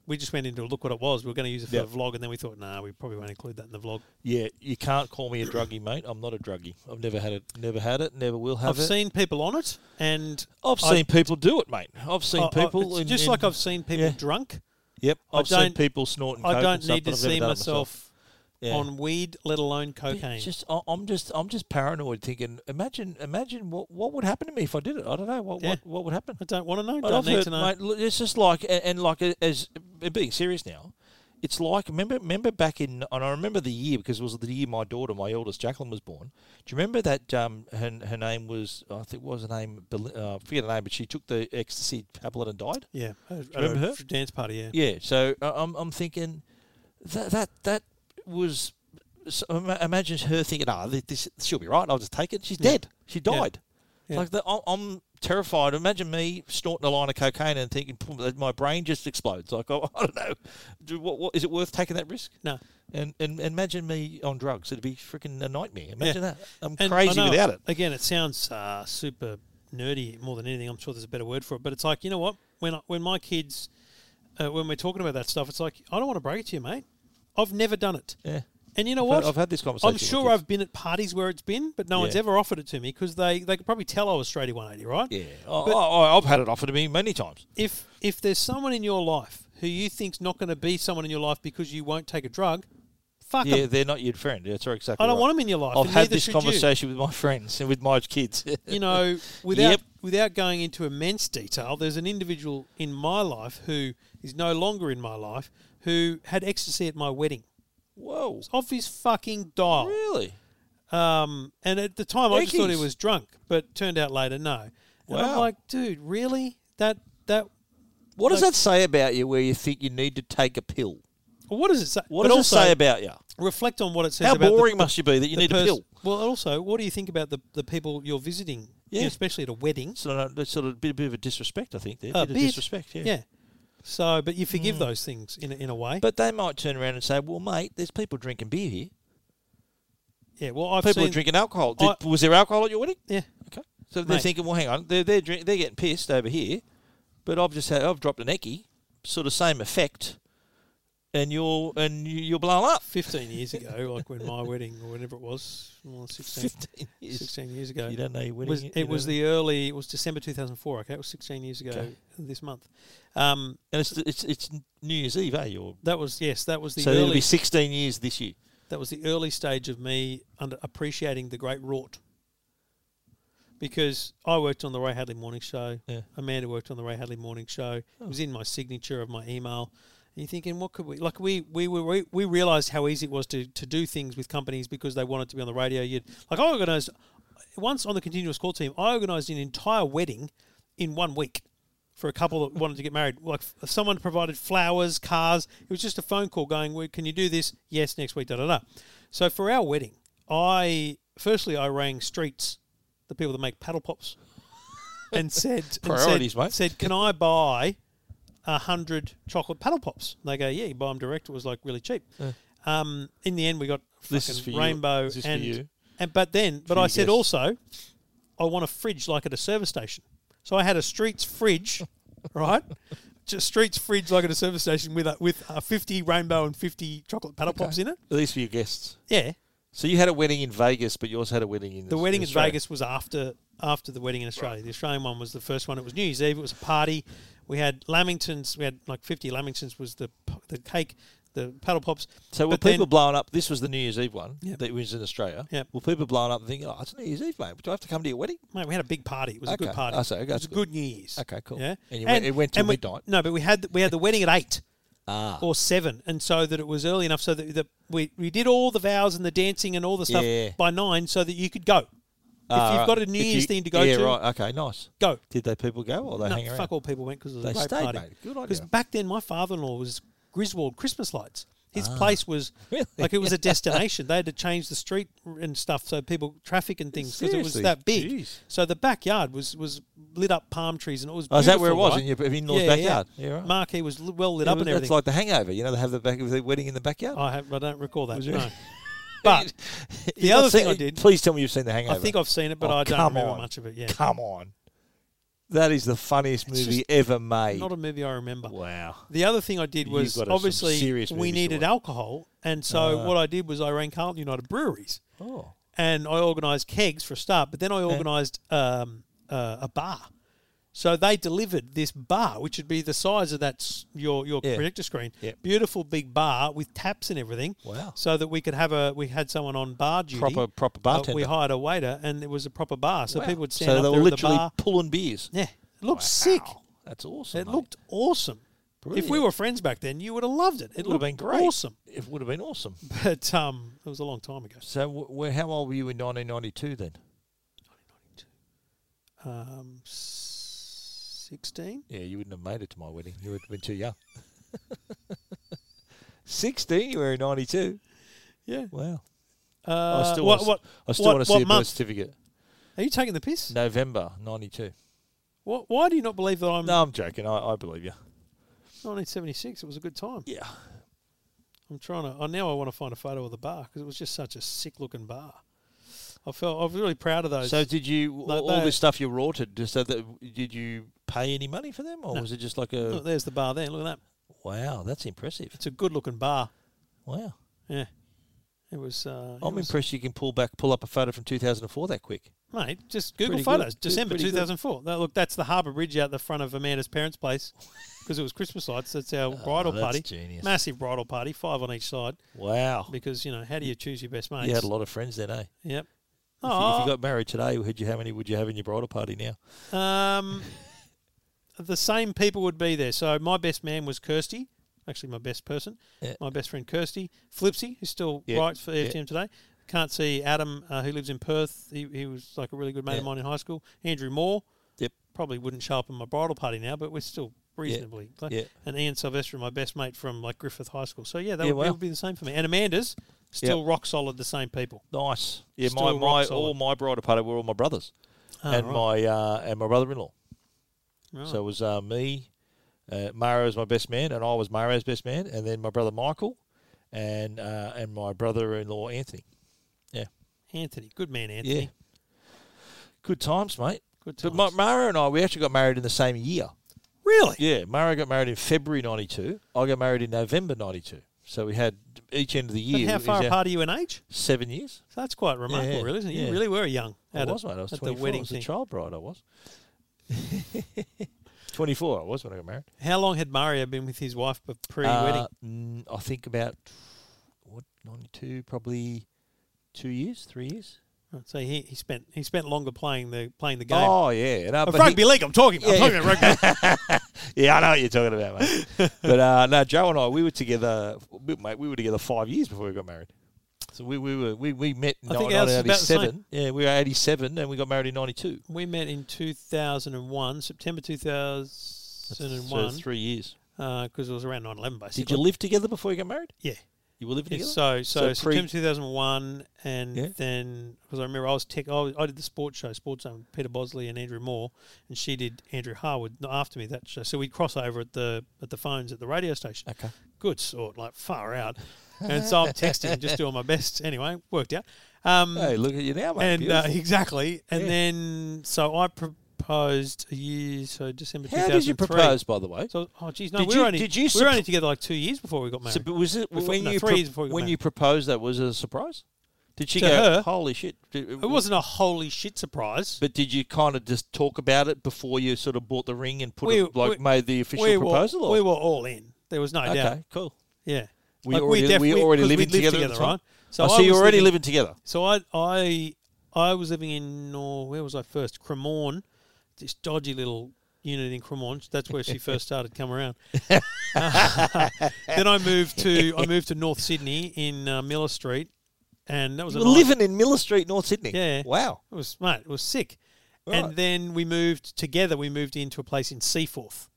Speaker 1: we just went into look what it was. We were going to use it for
Speaker 2: Yep.
Speaker 1: the vlog, and then we thought, nah, we probably won't include that in the vlog.
Speaker 2: Yeah, you can't call me a druggie, mate. I'm not a druggie. I've never had it. Never had it. Never will have
Speaker 1: I've
Speaker 2: it.
Speaker 1: seen people on it, and
Speaker 2: I've
Speaker 1: I-
Speaker 2: seen people do it, mate. I've seen
Speaker 1: I- I-
Speaker 2: people.
Speaker 1: it's
Speaker 2: in-
Speaker 1: just
Speaker 2: in-
Speaker 1: like I've seen people
Speaker 2: yeah.
Speaker 1: drunk.
Speaker 2: Yep.
Speaker 1: I
Speaker 2: I've seen
Speaker 1: don't-
Speaker 2: people snorting.
Speaker 1: I
Speaker 2: coke
Speaker 1: don't
Speaker 2: and stuff,
Speaker 1: need to
Speaker 2: but I've never
Speaker 1: see
Speaker 2: done it
Speaker 1: myself
Speaker 2: Yeah.
Speaker 1: on weed, let alone
Speaker 2: Yeah,
Speaker 1: cocaine.
Speaker 2: Just, I- I'm just, I'm just paranoid. Thinking, imagine, imagine what what would happen to me if I did it. I don't know what
Speaker 1: Yeah.
Speaker 2: what, what would happen.
Speaker 1: I don't want to know.
Speaker 2: Mate,
Speaker 1: don't
Speaker 2: I've
Speaker 1: need
Speaker 2: heard-
Speaker 1: to know.
Speaker 2: mate, look, it's just like and, and like a- as being serious now. It's like remember remember back in and I remember the year because it was the year my daughter, my eldest Jacqueline, was born. Do you remember that um, her, her name was I think what was her name Bel- uh, I forget her name, but she took the ecstasy tablet and died.
Speaker 1: yeah, at a
Speaker 2: remember her?
Speaker 1: dance party. Yeah,
Speaker 2: Yeah, so I- I'm I'm thinking that that that was. So ima- imagine her thinking, "Ah, thi- this she'll be right. I'll just take it." She's
Speaker 1: Yeah.
Speaker 2: dead. She died.
Speaker 1: Yeah.
Speaker 2: Like the, I'm, I'm terrified. Imagine me snorting a line of cocaine and thinking, "Pum," that my brain just explodes. Like I, I don't know, Do, what, what is it worth taking that risk?
Speaker 1: no.
Speaker 2: And and imagine me on drugs. It'd be freaking a nightmare. Imagine that. I'm
Speaker 1: And I
Speaker 2: crazy
Speaker 1: know,
Speaker 2: without it.
Speaker 1: Again, it sounds uh, super nerdy more than anything. I'm sure there's a better word for it, but it's like you know what? When I, when my kids, uh, when we're talking about that stuff, it's like I don't want to break it to you, mate. I've never done it,
Speaker 2: Yeah.
Speaker 1: and you know
Speaker 2: But
Speaker 1: what?
Speaker 2: I've had this conversation.
Speaker 1: I'm
Speaker 2: with
Speaker 1: sure
Speaker 2: kids.
Speaker 1: I've been at parties where it's been, but no one's
Speaker 2: Yeah.
Speaker 1: ever offered it to me because they they could probably tell I was straight 180, right?
Speaker 2: Yeah. I, I, I've had it offered to me many times.
Speaker 1: If if there's someone in your life who you think's not going to be someone in your life because you won't take a drug, fuck 'em.
Speaker 2: Yeah, they're not your friend. That's exactly.
Speaker 1: I don't
Speaker 2: right.
Speaker 1: want them in your life.
Speaker 2: I've
Speaker 1: and
Speaker 2: had
Speaker 1: neither
Speaker 2: this
Speaker 1: should you.
Speaker 2: conversation with my friends and with my kids.
Speaker 1: you know, without
Speaker 2: Yep.
Speaker 1: without going into immense detail, there's an individual in my life who is no longer in my life who had ecstasy at my wedding.
Speaker 2: Whoa.
Speaker 1: It's off his fucking dial.
Speaker 2: Really?
Speaker 1: Um, and at the time, I just thought he
Speaker 2: Eggies.
Speaker 1: was drunk, but turned out later, no. And I'm
Speaker 2: Wow.
Speaker 1: like, dude, really? That that?
Speaker 2: What does
Speaker 1: Like-
Speaker 2: that say about you where you think you need to take a pill?
Speaker 1: What does it say?
Speaker 2: What
Speaker 1: but
Speaker 2: does
Speaker 1: also,
Speaker 2: it say about you?
Speaker 1: reflect on what it says
Speaker 2: How
Speaker 1: about the-
Speaker 2: boring must you be that you
Speaker 1: the
Speaker 2: need
Speaker 1: pers-
Speaker 2: a pill?
Speaker 1: Well, also, what do you think about the, the people you're visiting, you know,
Speaker 2: Yeah.
Speaker 1: especially at a wedding?
Speaker 2: So no, that's sort of a bit, bit of a disrespect, I think. There,
Speaker 1: A
Speaker 2: bit,
Speaker 1: bit.
Speaker 2: of disrespect, yeah. Mm.
Speaker 1: Yeah. So, but you forgive those things in a, in a way.
Speaker 2: But they might turn around and say, "Well, mate, there's people drinking beer here.
Speaker 1: yeah. Well, I've
Speaker 2: People
Speaker 1: seen,
Speaker 2: are drinking alcohol.
Speaker 1: I-
Speaker 2: Did- was there alcohol at your wedding?
Speaker 1: Yeah.
Speaker 2: Okay. So they're
Speaker 1: Mate.
Speaker 2: thinking, well, hang on, they're they're, drink, they're getting pissed over here, but I've just had I've dropped an ecky, sort of same effect, and you're and you- you're blown up.
Speaker 1: 15 years ago, like when my wedding or whenever it was, well, 16,
Speaker 2: 15 years.
Speaker 1: 16 years ago.
Speaker 2: You don't know your wedding.
Speaker 1: was,
Speaker 2: you
Speaker 1: it was
Speaker 2: don't-
Speaker 1: the early, it was December 2004, okay? It was 16 years ago
Speaker 2: Okay.
Speaker 1: this month. Um,
Speaker 2: and it's it's it's New Year's Eve, eh? Your
Speaker 1: that was, yes, that was the
Speaker 2: so it'll
Speaker 1: early,
Speaker 2: be sixteen years this year.
Speaker 1: that was the early stage of me under appreciating the great wrought. Because I worked on the Ray Hadley Morning Show.
Speaker 2: Yeah.
Speaker 1: Amanda worked on the Ray Hadley Morning Show. It was in my signature of my email. And you're thinking, what could we like? We we were we, we realized how easy it was to, to do things with companies because they wanted to be on the radio. You'd like I organized once on the continuous call team. I organized an entire wedding in one week for a couple that wanted to get married. Like f- someone provided flowers, cars. It was just a phone call going, "Well, "Can you do this? Yes, next week." Da da da. So for our wedding, I firstly I rang streets, the people that make paddle pops and said and
Speaker 2: Priorities,
Speaker 1: said,
Speaker 2: mate.
Speaker 1: Said, "Can I buy a hundred chocolate paddle pops?" And they go, "Yeah, you buy them direct." It was like really cheap. Um, in the end, we got
Speaker 2: This is
Speaker 1: fucking
Speaker 2: for you.
Speaker 1: rainbow
Speaker 2: This is for
Speaker 1: and
Speaker 2: you.
Speaker 1: and but then but
Speaker 2: For
Speaker 1: I
Speaker 2: your
Speaker 1: said
Speaker 2: guests.
Speaker 1: also, I want a fridge like at a service station. So I had a streets fridge, right? Just streets fridge like at a service station with a, with a fifty rainbow and fifty chocolate paddle pops in it.
Speaker 2: At least for your guests.
Speaker 1: Yeah,
Speaker 2: So you had a wedding in Vegas, but yours had a wedding in
Speaker 1: the
Speaker 2: in
Speaker 1: wedding in
Speaker 2: Australia.
Speaker 1: Vegas was after after the wedding in Australia. The Australian one was the first one. It was New Year's Eve. It was a party. We had lamingtons. We had like fifty lamingtons. Was the p- the cake, the paddle pops.
Speaker 2: So were
Speaker 1: But
Speaker 2: people
Speaker 1: then-
Speaker 2: blowing up? This was the New Year's Eve one
Speaker 1: Yep.
Speaker 2: that was in Australia.
Speaker 1: Yep.
Speaker 2: Were people blowing up and thinking, "Oh, it's New Year's Eve, mate. Do I have to come to your wedding?"
Speaker 1: Mate, we had a big party. It was a good
Speaker 2: Okay.
Speaker 1: party.
Speaker 2: I see. Okay,
Speaker 1: it was
Speaker 2: that's
Speaker 1: a
Speaker 2: good.
Speaker 1: good New Year's.
Speaker 2: Okay, cool.
Speaker 1: Yeah,
Speaker 2: And you went- it went till
Speaker 1: and we-
Speaker 2: midnight.
Speaker 1: no, but we had we had the wedding at eight.
Speaker 2: Ah.
Speaker 1: or seven, and so that it was early enough so that, that we we did all the vows and the dancing and all the stuff
Speaker 2: Yeah.
Speaker 1: by nine, so that you could go.
Speaker 2: Ah,
Speaker 1: if you've
Speaker 2: right.
Speaker 1: got a New
Speaker 2: If
Speaker 1: Year's
Speaker 2: you-
Speaker 1: thing to go
Speaker 2: yeah,
Speaker 1: to,
Speaker 2: right. Okay, nice.
Speaker 1: go.
Speaker 2: Did they people go or they
Speaker 1: No,
Speaker 2: hang around?
Speaker 1: fuck all people went because it was
Speaker 2: They
Speaker 1: a great
Speaker 2: stayed,
Speaker 1: party.
Speaker 2: mate. Good
Speaker 1: Because
Speaker 2: idea.
Speaker 1: back then, my father-in-law was Griswold Christmas lights. His place was
Speaker 2: Ah. Really?
Speaker 1: like it was a destination. they had to change the street and stuff so people traffic and things because it was
Speaker 2: Seriously?
Speaker 1: that big.
Speaker 2: Jeez.
Speaker 1: So the backyard was was lit up palm trees and it was.
Speaker 2: Oh, is that where it
Speaker 1: beautiful,
Speaker 2: was
Speaker 1: right?
Speaker 2: in your in law's
Speaker 1: Yeah, yeah.
Speaker 2: backyard? Yeah, right.
Speaker 1: Marquee was l- well lit up and
Speaker 2: That's
Speaker 1: everything.
Speaker 2: like the hangover. You know, they have the back of the wedding in the backyard.
Speaker 1: I, have, I don't recall that.
Speaker 2: Was it-
Speaker 1: No. but
Speaker 2: You've
Speaker 1: other
Speaker 2: not seen-
Speaker 1: thing I did-
Speaker 2: Please tell me you've seen the hangover.
Speaker 1: I think I've seen it, but
Speaker 2: Oh,
Speaker 1: I don't
Speaker 2: come
Speaker 1: remember
Speaker 2: on.
Speaker 1: much of it. Yeah,
Speaker 2: Come on. That is the funniest
Speaker 1: It's
Speaker 2: movie
Speaker 1: just
Speaker 2: ever made.
Speaker 1: not a movie I remember.
Speaker 2: wow.
Speaker 1: The other thing I did
Speaker 2: You've
Speaker 1: was
Speaker 2: got us some
Speaker 1: obviously
Speaker 2: serious
Speaker 1: we
Speaker 2: movies to Ah.
Speaker 1: needed
Speaker 2: watch.
Speaker 1: alcohol, and so what I did was I ran Carlton United Breweries,
Speaker 2: Oh.
Speaker 1: and I organised kegs for a start, but
Speaker 2: Eh.
Speaker 1: then I organised um, uh, a bar. So they delivered this bar, which would be the size of that s- your your
Speaker 2: Yeah.
Speaker 1: projector screen,
Speaker 2: Yep.
Speaker 1: beautiful big bar with taps and everything.
Speaker 2: Wow.
Speaker 1: So that we could have a we had someone on bar duty,
Speaker 2: Proper- proper
Speaker 1: Uh, we
Speaker 2: bartender.
Speaker 1: hired a waiter, and it was a proper bar, so
Speaker 2: Wow.
Speaker 1: people would stand
Speaker 2: so
Speaker 1: up
Speaker 2: they
Speaker 1: there
Speaker 2: were
Speaker 1: at
Speaker 2: literally
Speaker 1: the bar.
Speaker 2: pulling beers.
Speaker 1: Yeah, it looked sick.
Speaker 2: Wow. That's awesome.
Speaker 1: It
Speaker 2: mate.
Speaker 1: looked awesome. If we
Speaker 2: Brilliant.
Speaker 1: were friends back then, you would have loved it. It
Speaker 2: It would have
Speaker 1: looked
Speaker 2: been great.
Speaker 1: Awesome,
Speaker 2: It would have been awesome.
Speaker 1: but um, it was a long time ago.
Speaker 2: So, wh- wh- how old were you in 1992 then?
Speaker 1: Um, sixteen.
Speaker 2: Yeah, you wouldn't have made it to my wedding. You would have been too young. 16, you were in 92.
Speaker 1: Yeah.
Speaker 2: Wow.
Speaker 1: Uh,
Speaker 2: I still
Speaker 1: what,
Speaker 2: wanna s-
Speaker 1: what?
Speaker 2: I still
Speaker 1: what-
Speaker 2: want to
Speaker 1: what
Speaker 2: see a birth
Speaker 1: month?
Speaker 2: certificate.
Speaker 1: Are you taking the piss?
Speaker 2: November 92.
Speaker 1: What, why do you not believe that I'm
Speaker 2: No, I'm joking. I, I believe you.
Speaker 1: 1976? It was a good time.
Speaker 2: Yeah.
Speaker 1: I'm trying to. I now I want to find a photo of the bar because it was just such a sick looking bar. I felt I was really proud of those.
Speaker 2: So did you
Speaker 1: Like
Speaker 2: all all
Speaker 1: they-
Speaker 2: this stuff you rorted? Just so that did you pay any money for them, or was it just like a
Speaker 1: Look, there's the bar there. Look at that.
Speaker 2: wow? That's impressive.
Speaker 1: It's a good looking bar.
Speaker 2: Wow,
Speaker 1: Yeah. It was. Uh, it
Speaker 2: I'm
Speaker 1: was-
Speaker 2: impressed you can pull back pull up a photo from 2004 that quick.
Speaker 1: Mate, just Google
Speaker 2: Pretty good.
Speaker 1: photos.
Speaker 2: Pre-
Speaker 1: December
Speaker 2: pretty good.
Speaker 1: 2004. Now, look, that's the Harbour Bridge out the front of Amanda's parents' place because it was Christmas lights. That's our bridal
Speaker 2: Ah, Oh, that's
Speaker 1: party.
Speaker 2: genius.
Speaker 1: Massive bridal party, five on each side
Speaker 2: Wow,
Speaker 1: because, you know, how do you choose your best mates?
Speaker 2: you had a lot of friends then, eh? If
Speaker 1: Yep.
Speaker 2: you-
Speaker 1: Oh,
Speaker 2: If, you, got married today, would you how many would you have in your bridal party now?
Speaker 1: um, the same people would be there. So my best man was Kirsty, actually my best person.
Speaker 2: Yeah.
Speaker 1: My best friend Kirsty. Flipsy, who's still
Speaker 2: Yeah.
Speaker 1: writes for
Speaker 2: Yeah.
Speaker 1: EFTM today. Can't see Adam, uh, who lives in Perth. He, he was like a really good mate
Speaker 2: Yeah.
Speaker 1: of mine in high school. Andrew Moore.
Speaker 2: Yep.
Speaker 1: probably wouldn't show up in my bridal party now, but we're still reasonably. clo-
Speaker 2: Yeah.
Speaker 1: And Ian Sylvester, my best mate from like Griffith High School. So yeah, that
Speaker 2: Yeah,
Speaker 1: would,
Speaker 2: wow.
Speaker 1: it would be the same for me. And Amanda's still
Speaker 2: Yep.
Speaker 1: rock solid, the same people.
Speaker 2: Nice. Yeah,
Speaker 1: Still
Speaker 2: my,
Speaker 1: rock
Speaker 2: my
Speaker 1: solid.
Speaker 2: all my bridal party were all my brothers,
Speaker 1: Ah,
Speaker 2: and
Speaker 1: right.
Speaker 2: my uh, and my brother-in-law.
Speaker 1: Right.
Speaker 2: So it was uh, me, uh, Mario was my best man, and I was Mario's best man, and then my brother Michael, and uh, and my brother-in-law Anthony.
Speaker 1: Anthony, good man, Anthony.
Speaker 2: Yeah, good times, mate.
Speaker 1: Good
Speaker 2: But
Speaker 1: times.
Speaker 2: Ma- Mario and I, we actually got married in the same year.
Speaker 1: really?
Speaker 2: Yeah, Mario got married in February '92. I got married in November '92. So we had each end of the
Speaker 1: But
Speaker 2: year.
Speaker 1: how
Speaker 2: is
Speaker 1: far
Speaker 2: our-
Speaker 1: apart are you in age?
Speaker 2: Seven years.
Speaker 1: So that's quite remarkable,
Speaker 2: yeah,
Speaker 1: really, isn't it?
Speaker 2: yeah.
Speaker 1: You really were young.
Speaker 2: I
Speaker 1: at a-
Speaker 2: was, mate. I was
Speaker 1: at
Speaker 2: 24.
Speaker 1: the wedding
Speaker 2: I was
Speaker 1: thing.
Speaker 2: a child bride. I was. 24. I was when I got married.
Speaker 1: How long had Mario been with his wife but pre-wedding?
Speaker 2: Uh, n- I think about what ninety two, probably two years, three years.
Speaker 1: Right, so he, he spent he spent longer playing the playing the game.
Speaker 2: Oh yeah, no,
Speaker 1: Of
Speaker 2: but
Speaker 1: rugby league, I'm talking. I'm
Speaker 2: Yeah,
Speaker 1: talking about rugby.
Speaker 2: he- yeah, I know what you're talking about, mate. but uh, no, Joe and I, we were together, we- mate. We were together five years before we got married. So we we were we, we met in
Speaker 1: I think ours is about the same.
Speaker 2: 1987. Yeah, we were 87 and we got married in 92.
Speaker 1: We met in 2001, September 2001,
Speaker 2: So three years.
Speaker 1: because uh, it was around 9 11, basically.
Speaker 2: Did you live together before you got married?
Speaker 1: Yeah.
Speaker 2: You were living
Speaker 1: Yeah,
Speaker 2: together.
Speaker 1: So, so,
Speaker 2: So pre-
Speaker 1: September 2001, and
Speaker 2: Yeah.
Speaker 1: then, because I remember I was tech, I, was- I did the sports show, Sports Zone, Peter Bosley and Andrew Moore, and she did Andrew Harwood after me that show. So we'd cross over at the at the phones at the radio station.
Speaker 2: okay.
Speaker 1: Good sort, like far out. and so I'm texting, just doing my best. Anyway, worked out. Um,
Speaker 2: Hey, look at you now, mate.
Speaker 1: and uh,
Speaker 2: Beautiful.
Speaker 1: exactly, and
Speaker 2: Yeah.
Speaker 1: then so I proposed a year, so December.
Speaker 2: how did
Speaker 1: 2003.
Speaker 2: you propose, by the way?
Speaker 1: So, oh, geez, no,
Speaker 2: Did
Speaker 1: we
Speaker 2: you-
Speaker 1: were only
Speaker 2: did you
Speaker 1: we
Speaker 2: supp-
Speaker 1: were only together like two years before we got married.
Speaker 2: So, but was it
Speaker 1: Before-
Speaker 2: when
Speaker 1: no,
Speaker 2: you
Speaker 1: three
Speaker 2: pro-
Speaker 1: years before we got
Speaker 2: when
Speaker 1: married.
Speaker 2: you proposed that was it a surprise? Did she
Speaker 1: To
Speaker 2: go,
Speaker 1: her.
Speaker 2: "Holy shit"? Did-
Speaker 1: it wasn't a holy shit surprise.
Speaker 2: But did you kind of just talk about it before you sort of bought the ring and put
Speaker 1: We-
Speaker 2: it, like
Speaker 1: we-
Speaker 2: made the official
Speaker 1: we
Speaker 2: proposal?
Speaker 1: were
Speaker 2: or?
Speaker 1: we were all in. There was no
Speaker 2: okay,
Speaker 1: doubt.
Speaker 2: cool.
Speaker 1: Yeah,
Speaker 2: We
Speaker 1: Like,
Speaker 2: already
Speaker 1: def-
Speaker 2: we already
Speaker 1: 'cause we lived
Speaker 2: living together, at the time?
Speaker 1: right?
Speaker 2: So, oh, so
Speaker 1: I
Speaker 2: you're
Speaker 1: was
Speaker 2: already
Speaker 1: living-
Speaker 2: living together.
Speaker 1: So I I I was living in oh, where was I first? Cremorne, this dodgy little unit in Cremorne. That's where she first started come around. then I moved to I moved to North Sydney in uh, Miller Street, and that was
Speaker 2: You
Speaker 1: a
Speaker 2: were
Speaker 1: nice-
Speaker 2: living in Miller Street, North Sydney.
Speaker 1: Yeah.
Speaker 2: Wow.
Speaker 1: It was mate, it was sick.
Speaker 2: Right.
Speaker 1: And then we moved together. We moved into a place in Seaforth,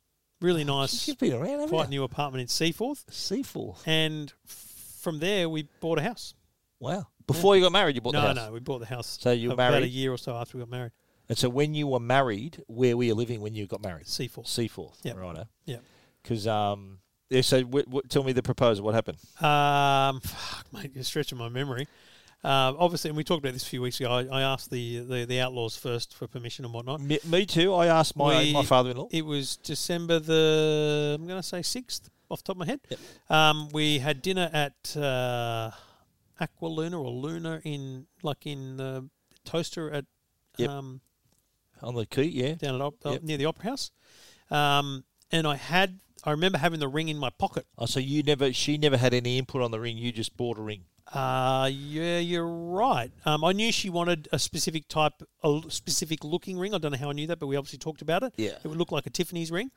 Speaker 1: really nice,
Speaker 2: Oh, You've been around, haven't
Speaker 1: quite
Speaker 2: you?
Speaker 1: new apartment in Seaforth.
Speaker 2: Seaforth.
Speaker 1: And f- from there, we bought a house.
Speaker 2: Wow. Before you got married, you bought
Speaker 1: no,
Speaker 2: the house.
Speaker 1: no, we bought the house.
Speaker 2: So you were
Speaker 1: about a
Speaker 2: married-
Speaker 1: year or so after we got married.
Speaker 2: And so when you were married, where were you living when you got married?
Speaker 1: Seaforth.
Speaker 2: Seaforth.
Speaker 1: Yep.
Speaker 2: Righto.
Speaker 1: Yep.
Speaker 2: Because, um, yeah, so w- w- tell me the proposal. What happened?
Speaker 1: Um, fuck, mate, you're stretching my memory. Um, obviously, and we talked about this a few weeks ago. I, I asked the, the the outlaws first for permission and whatnot.
Speaker 2: Me, me too. I asked my,
Speaker 1: We-
Speaker 2: my father in law.
Speaker 1: It was December the I'm going to say sixth off the top of my head.
Speaker 2: Yep.
Speaker 1: Um, we had dinner at uh, Aqua Luna or Luna in like in the toaster at
Speaker 2: Yep.
Speaker 1: um,
Speaker 2: On the key, yeah.
Speaker 1: down at op-
Speaker 2: Yep.
Speaker 1: near the Opera House. Um, and I had I remember having the ring in my pocket.
Speaker 2: Oh, so you never, she never had any input on the ring. You just bought a ring.
Speaker 1: Uh, yeah, you're right. Um, I knew she wanted a specific type, a l- specific looking ring. I don't know how I knew that, but we obviously talked about it.
Speaker 2: Yeah.
Speaker 1: It would look like a Tiffany's ring.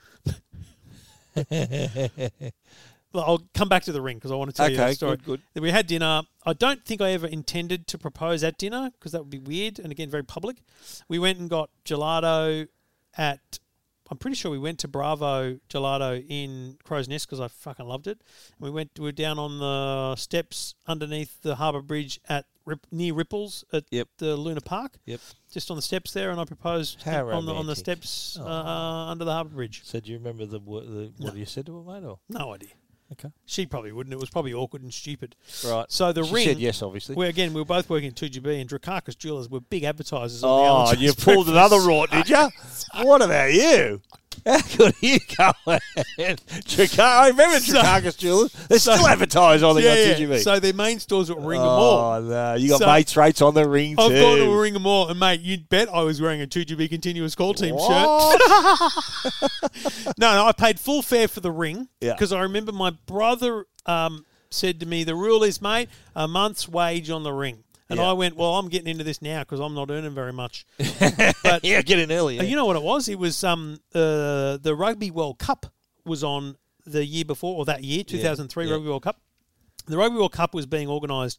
Speaker 1: well, I'll come back to the ring because I want to tell you
Speaker 2: Okay,
Speaker 1: that story.
Speaker 2: good, good.
Speaker 1: Then We had dinner. I don't think I ever intended to propose at dinner because that would be weird and again very public. We went and got gelato at. I'm pretty sure we went to Bravo Gelato in Crow's Nest because I fucking loved it. And we went. We were down on the steps underneath the Harbour Bridge at Rip, near Ripples at
Speaker 2: Yep.
Speaker 1: the Luna Park.
Speaker 2: Yep.
Speaker 1: Just on the steps there, and I proposed on
Speaker 2: How
Speaker 1: the on the
Speaker 2: romantic. Oh.
Speaker 1: steps uh,
Speaker 2: Aw.
Speaker 1: under the Harbour Bridge.
Speaker 2: So do you remember the, wo- the what you said to her, mate? Or?
Speaker 1: No idea.
Speaker 2: Okay.
Speaker 1: She probably wouldn't. It was probably awkward and stupid.
Speaker 2: Right.
Speaker 1: So the
Speaker 2: she
Speaker 1: ring.
Speaker 2: said yes, obviously.
Speaker 1: Well, again, we were both working at 2GB, and Drakakis Jewelers were big advertisers. On the
Speaker 2: Oh,
Speaker 1: Allen's
Speaker 2: you pulled
Speaker 1: breakfast.
Speaker 2: another rort, did you? What about you? How could you go ahead? Dracar- I remember Tracacus Jewelers. They still advertise on the
Speaker 1: Yeah, yeah.
Speaker 2: TV.
Speaker 1: So their main stores were at Ringham Mall.
Speaker 2: oh, no. You got
Speaker 1: So-
Speaker 2: mates rates on the ring, too.
Speaker 1: I've gone to Ringham Mall, and mate, you'd bet I was wearing a 2GB continuous call team shirt.
Speaker 2: What?
Speaker 1: No, no, I paid full fare for the ring
Speaker 2: Yeah.
Speaker 1: because I remember my brother um, said to me, "The rule is, mate, a month's wage on the ring." And
Speaker 2: Yeah.
Speaker 1: I went, "Well, I'm getting into this now because I'm not earning very much."
Speaker 2: yeah, get in early.
Speaker 1: Uh,
Speaker 2: yeah.
Speaker 1: You know what it was? It was um uh, the Rugby World Cup was on the year before or that year, 2003
Speaker 2: yeah.
Speaker 1: Rugby World Cup. The Rugby World Cup was being organised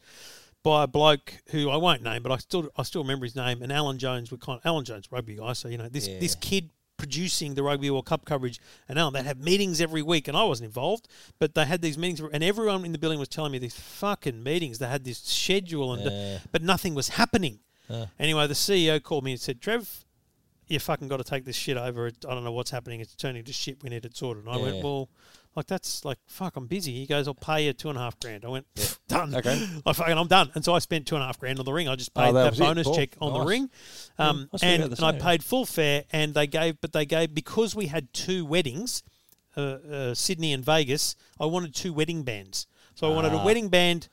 Speaker 1: by a bloke who I won't name, but I still I still remember his name. And Alan Jones, we kind Alan Jones, rugby guy. So you know this
Speaker 2: Yeah.
Speaker 1: this kid producing the Rugby World Cup coverage, and Alan they have meetings every week, and I wasn't involved, but they had these meetings, and everyone in the building was telling me these fucking meetings. They had this schedule, and
Speaker 2: Yeah.
Speaker 1: but nothing was happening. Anyway, the CEO called me and said, Trev, you fucking got to take this shit over. It- I don't know what's happening. It's turning to shit. We need it sorted. And I went,
Speaker 2: Yeah.
Speaker 1: well, like that's like fuck. I'm busy. He goes, I'll pay you two and a half grand. I went, done.
Speaker 2: Okay. Oh,
Speaker 1: I fucking, I'm done. And so I spent two and a half grand on the ring. I just paid
Speaker 2: that
Speaker 1: that,
Speaker 2: was it.
Speaker 1: bonus
Speaker 2: Cool.
Speaker 1: check on the
Speaker 2: Nice.
Speaker 1: ring, um,
Speaker 2: I
Speaker 1: and,
Speaker 2: was thinking about
Speaker 1: and
Speaker 2: the
Speaker 1: I
Speaker 2: same.
Speaker 1: paid full fare. And they gave, but they gave because we had two weddings, uh, uh, Sydney and Vegas. I wanted two wedding bands. So I wanted a
Speaker 2: Ah.
Speaker 1: wedding band,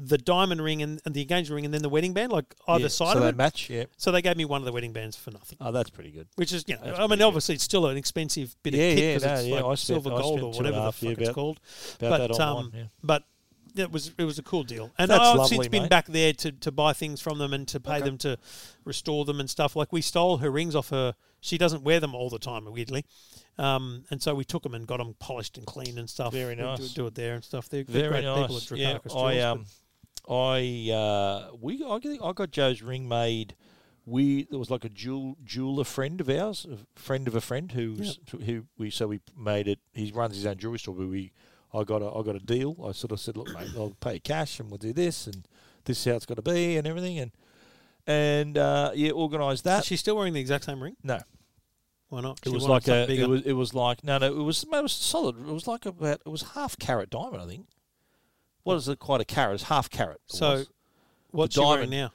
Speaker 1: the diamond ring and, and the engagement ring, and then the wedding band, like either
Speaker 2: Yeah,
Speaker 1: side
Speaker 2: so
Speaker 1: of
Speaker 2: they
Speaker 1: it.
Speaker 2: match, yeah.
Speaker 1: So they gave me one of the wedding bands for nothing,
Speaker 2: Oh, that's pretty good.
Speaker 1: which is you know,
Speaker 2: That's
Speaker 1: I mean
Speaker 2: pretty
Speaker 1: obviously it's still an expensive bit
Speaker 2: Yeah,
Speaker 1: of kit
Speaker 2: yeah,
Speaker 1: because
Speaker 2: no,
Speaker 1: it's
Speaker 2: yeah, I
Speaker 1: like
Speaker 2: spent-
Speaker 1: silver
Speaker 2: I
Speaker 1: gold
Speaker 2: spent
Speaker 1: or
Speaker 2: two
Speaker 1: whatever
Speaker 2: and a
Speaker 1: the
Speaker 2: half,
Speaker 1: fuck
Speaker 2: yeah,
Speaker 1: it's
Speaker 2: about-
Speaker 1: called.
Speaker 2: about that
Speaker 1: but
Speaker 2: online,
Speaker 1: um,
Speaker 2: yeah.
Speaker 1: but it was it was a cool deal, and
Speaker 2: That's
Speaker 1: I've
Speaker 2: lovely,
Speaker 1: since been
Speaker 2: mate.
Speaker 1: back there to, to buy things from them and to pay
Speaker 2: Okay.
Speaker 1: them to restore them and stuff. Like we stole her rings off her. She doesn't wear them all the time, weirdly, um, and so we took them and got them polished and clean and stuff.
Speaker 2: Very
Speaker 1: We do-
Speaker 2: nice.
Speaker 1: Do, it there and stuff. They're
Speaker 2: Very
Speaker 1: great
Speaker 2: nice.
Speaker 1: people at Dracarys
Speaker 2: yeah,
Speaker 1: Jewels,
Speaker 2: I
Speaker 1: but-
Speaker 2: um, I uh, we I think I got Joe's ring made. We there was like a jewel jeweler friend of ours, a friend of a friend who's who we so we made it. He runs his own jewelry store, but we I got a I got a deal. I sort of said, look, mate, I'll pay you cash and we'll do this and this is how it's got to be and everything and and uh, yeah, organised that.
Speaker 1: Is she still wearing the exact same ring?
Speaker 2: no,
Speaker 1: Why not?
Speaker 2: it
Speaker 1: She
Speaker 2: was
Speaker 1: wanted
Speaker 2: like
Speaker 1: something
Speaker 2: a.
Speaker 1: bigger.
Speaker 2: It was, it was like no, no. It was it was solid. It was like about. It was half carat diamond, I think. What is it? Quite a carat. It's half carat. it
Speaker 1: So,
Speaker 2: was.
Speaker 1: what's she
Speaker 2: the
Speaker 1: wearing
Speaker 2: diamond.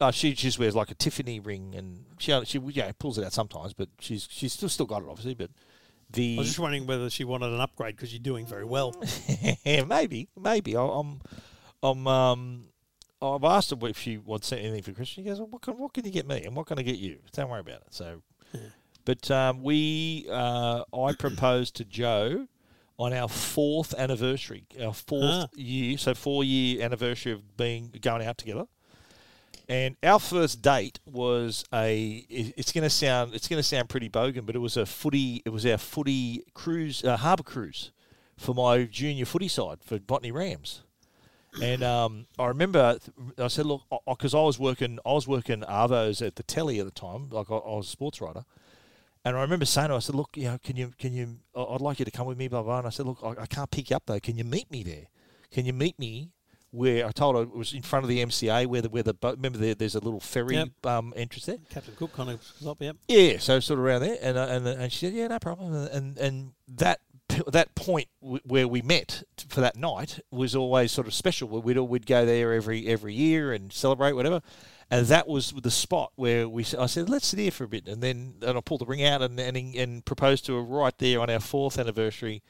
Speaker 1: now? uh,
Speaker 2: Uh, she just wears like a Tiffany ring, and she only- she yeah pulls it out sometimes, but she's she's still still got it obviously. But
Speaker 1: I
Speaker 2: the
Speaker 1: was just wondering whether she wanted an upgrade because you're doing very well.
Speaker 2: maybe maybe I, I'm I'm um I've asked her if she wants anything for Christmas. She goes, well, "What can what can you get me, and what can I get you? Don't worry about it." So, but um, we uh, I proposed to Joe on our fourth anniversary, our fourth
Speaker 1: Ah.
Speaker 2: year, so four year anniversary of being going out together. And our first date was a. it- It's going to sound. It's going to sound pretty bogan, but it was a footy. It was our footy cruise, uh, harbour cruise, for my junior footy side for Botany Rams. And um, I remember th- I said, look, because I, was working, I was working Arvos at the telly at the time, like I, I was a sports writer. And I remember saying to her, I said, look, you know, can you, can you, I- I'd like you to come with me, blah blah. And I said, look, I, I can't pick you up though. Can you meet me there? Can you meet me where I told her it was in front of the MCA where the where the boat. Remember there, there's a little ferry
Speaker 1: Yep.
Speaker 2: um, entrance there.
Speaker 1: Captain Cook kind of up. Yep.
Speaker 2: Yeah, so sort of around there, and uh, and and she said, yeah, no problem, and and that p- that point w- where we met t- for that night was always sort of special. We- We'd all- we'd go there every every year and celebrate whatever, and that was the spot where we s- I said, let's sit here for a bit, and then and I pulled the ring out and and and proposed to her right there on our fourth anniversary.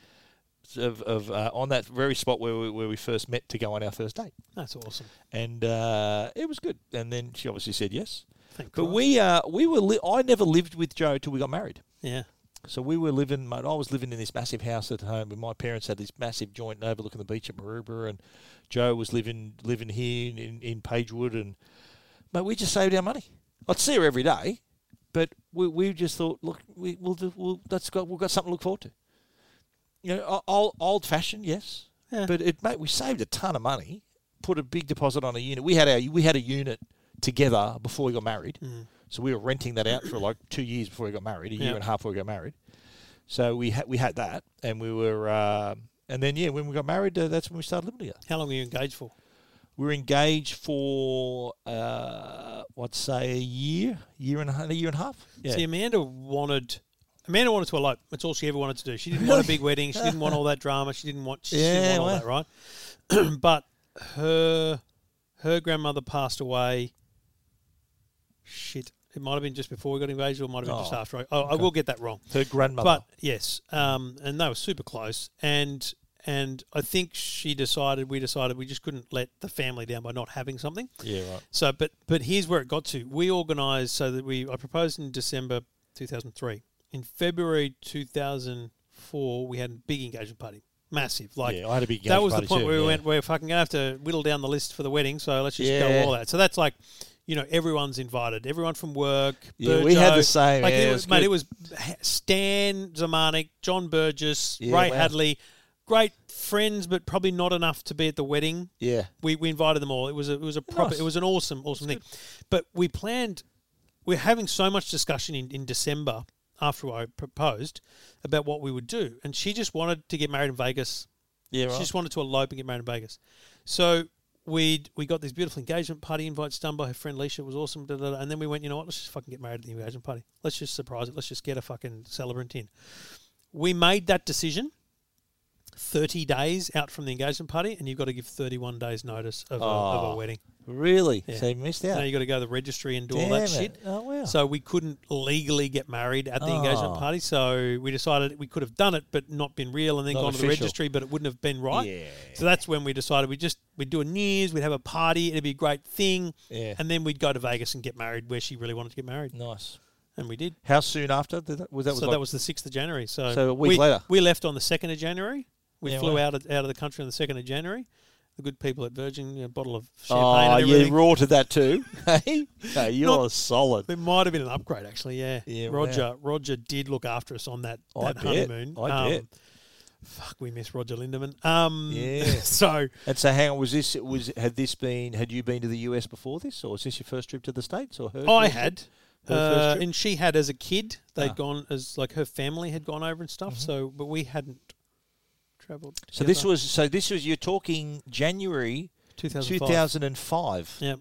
Speaker 2: Of, of uh, on that very spot where we, where we first met to go on our first date,
Speaker 1: That's awesome.
Speaker 2: and uh, it was good. And then she obviously said yes.
Speaker 1: Thank
Speaker 2: But
Speaker 1: God.
Speaker 2: we uh, we were li- I never lived with Joe till we got married.
Speaker 1: yeah.
Speaker 2: So we were living, mate. I was living in this massive house at home, and my parents had this massive joint overlooking the beach at Maroubra, and Joe was living living here in, in, in Pagewood, and mate, we just saved our money. I'd see her every day, but we, we just thought, look, we, we'll do, we'll that's got we've got something to look forward to. You know, old old fashioned, yes,
Speaker 1: Yeah.
Speaker 2: but it mate, we saved a ton of money, put a big deposit on a unit. We had our we had a unit together before we got married,
Speaker 1: hmm.
Speaker 2: so we were renting that out for like two years before we got married, a year
Speaker 1: Yeah.
Speaker 2: and a half before we got married. So we had we had that, and we were, uh, and then yeah, when we got married, uh, that's when we started living together.
Speaker 1: How long were you engaged for?
Speaker 2: We were engaged for, uh, I'd say, a year, year and a, ha- a year and a half. Yeah,
Speaker 1: See, Amanda wanted. Amanda wanted to elope. That's all she ever wanted to do. She didn't want a big wedding. She didn't want all that drama. She didn't want. She
Speaker 2: Yeah,
Speaker 1: didn't want all
Speaker 2: well.
Speaker 1: that, right? but her her grandmother passed away. Shit, it might have been just before we got engaged, or it might have been just
Speaker 2: Oh,
Speaker 1: after. I, oh, I will get that wrong.
Speaker 2: her grandmother.
Speaker 1: But yes, um, and they were super close, and and I think she decided, we decided, we just couldn't let the family down by not having something.
Speaker 2: yeah, right.
Speaker 1: So, but but here's where it got to. We organised so that we. I proposed in December 2003. In February 2004, we had a big engagement party, massive. Like
Speaker 2: yeah, I had a big.
Speaker 1: that
Speaker 2: engagement
Speaker 1: was the
Speaker 2: party
Speaker 1: point
Speaker 2: too,
Speaker 1: where we
Speaker 2: yeah.
Speaker 1: went. We're fucking gonna have to whittle down the list for the wedding. So let's just
Speaker 2: Yeah.
Speaker 1: go all out. So that's like, you know, everyone's invited. Everyone from work.
Speaker 2: Yeah, we had the
Speaker 1: Burjo.
Speaker 2: same,
Speaker 1: Like
Speaker 2: yeah,
Speaker 1: it
Speaker 2: it
Speaker 1: was,
Speaker 2: was
Speaker 1: mate,
Speaker 2: good.
Speaker 1: it was Stan Zamanik, John Burgess,
Speaker 2: Yeah,
Speaker 1: Ray
Speaker 2: wow.
Speaker 1: Hadley, great friends, but probably not enough to be at the wedding
Speaker 2: Yeah,
Speaker 1: we, we invited them all. It was a, it was a proper
Speaker 2: Nice.
Speaker 1: it was an awesome awesome thing. But we planned we're having so much discussion in, in December after I proposed about what we would do, and she just wanted to get married in Vegas.
Speaker 2: yeah, right.
Speaker 1: She just wanted to elope and get married in Vegas. So we we got this beautiful engagement party invites done by her friend Leisha. It was awesome. Da, da, da. And then we went, you know what? Let's just fucking get married at the engagement party. Let's just surprise it. Let's just get a fucking celebrant in. We made that decision. 30 days out from the engagement party, and you've got to give 31 days notice of, a, of a
Speaker 2: Oh.
Speaker 1: wedding.
Speaker 2: really? So you missed
Speaker 1: Now
Speaker 2: out.
Speaker 1: you've got to go to the registry and do all
Speaker 2: Damn
Speaker 1: that
Speaker 2: it.
Speaker 1: shit.
Speaker 2: Oh wow.
Speaker 1: So we couldn't legally get married at the engagement
Speaker 2: Oh.
Speaker 1: party. So we decided we could have done it, but not been real, and then
Speaker 2: Not
Speaker 1: gone to the
Speaker 2: official.
Speaker 1: registry, but it wouldn't have been right.
Speaker 2: Yeah.
Speaker 1: So that's when we decided we just we'd do a news, we'd have a party, it'd be a great thing,
Speaker 2: Yeah.
Speaker 1: and then we'd go to Vegas and get married where she really wanted to get married,
Speaker 2: nice.
Speaker 1: and we did.
Speaker 2: How soon after did that was that? Was
Speaker 1: so
Speaker 2: like,
Speaker 1: that was the sixth of January. So,
Speaker 2: So a week
Speaker 1: we,
Speaker 2: later.
Speaker 1: we left on the second of January. We
Speaker 2: Yeah,
Speaker 1: flew
Speaker 2: wow.
Speaker 1: out of, out of the country on the second of January. The good people at Virgin, you know, a bottle of champagne.
Speaker 2: Oh,
Speaker 1: and everything.
Speaker 2: you rorted that too. hey, hey, you're
Speaker 1: Not-
Speaker 2: solid.
Speaker 1: There might have been an upgrade, actually. Yeah.
Speaker 2: Yeah,
Speaker 1: Roger. Roger did look after us on that,
Speaker 2: I
Speaker 1: that
Speaker 2: bet.
Speaker 1: honeymoon.
Speaker 2: I
Speaker 1: um,
Speaker 2: bet.
Speaker 1: Fuck, we miss Roger Linderman. Um,
Speaker 2: Yeah.
Speaker 1: so
Speaker 2: And so, hang on. Was this was had this been? Had you been to the US before this, or was this your first trip to the states, or her?
Speaker 1: I
Speaker 2: first
Speaker 1: had,
Speaker 2: Her first
Speaker 1: uh,
Speaker 2: trip?
Speaker 1: and she had as a kid. They'd
Speaker 2: Ah. Mm-hmm.
Speaker 1: gone as like her family had gone over and stuff. So, but we hadn't travelled.
Speaker 2: So this was so this was you're talking January
Speaker 1: 2005.
Speaker 2: 2005,
Speaker 1: Yeah.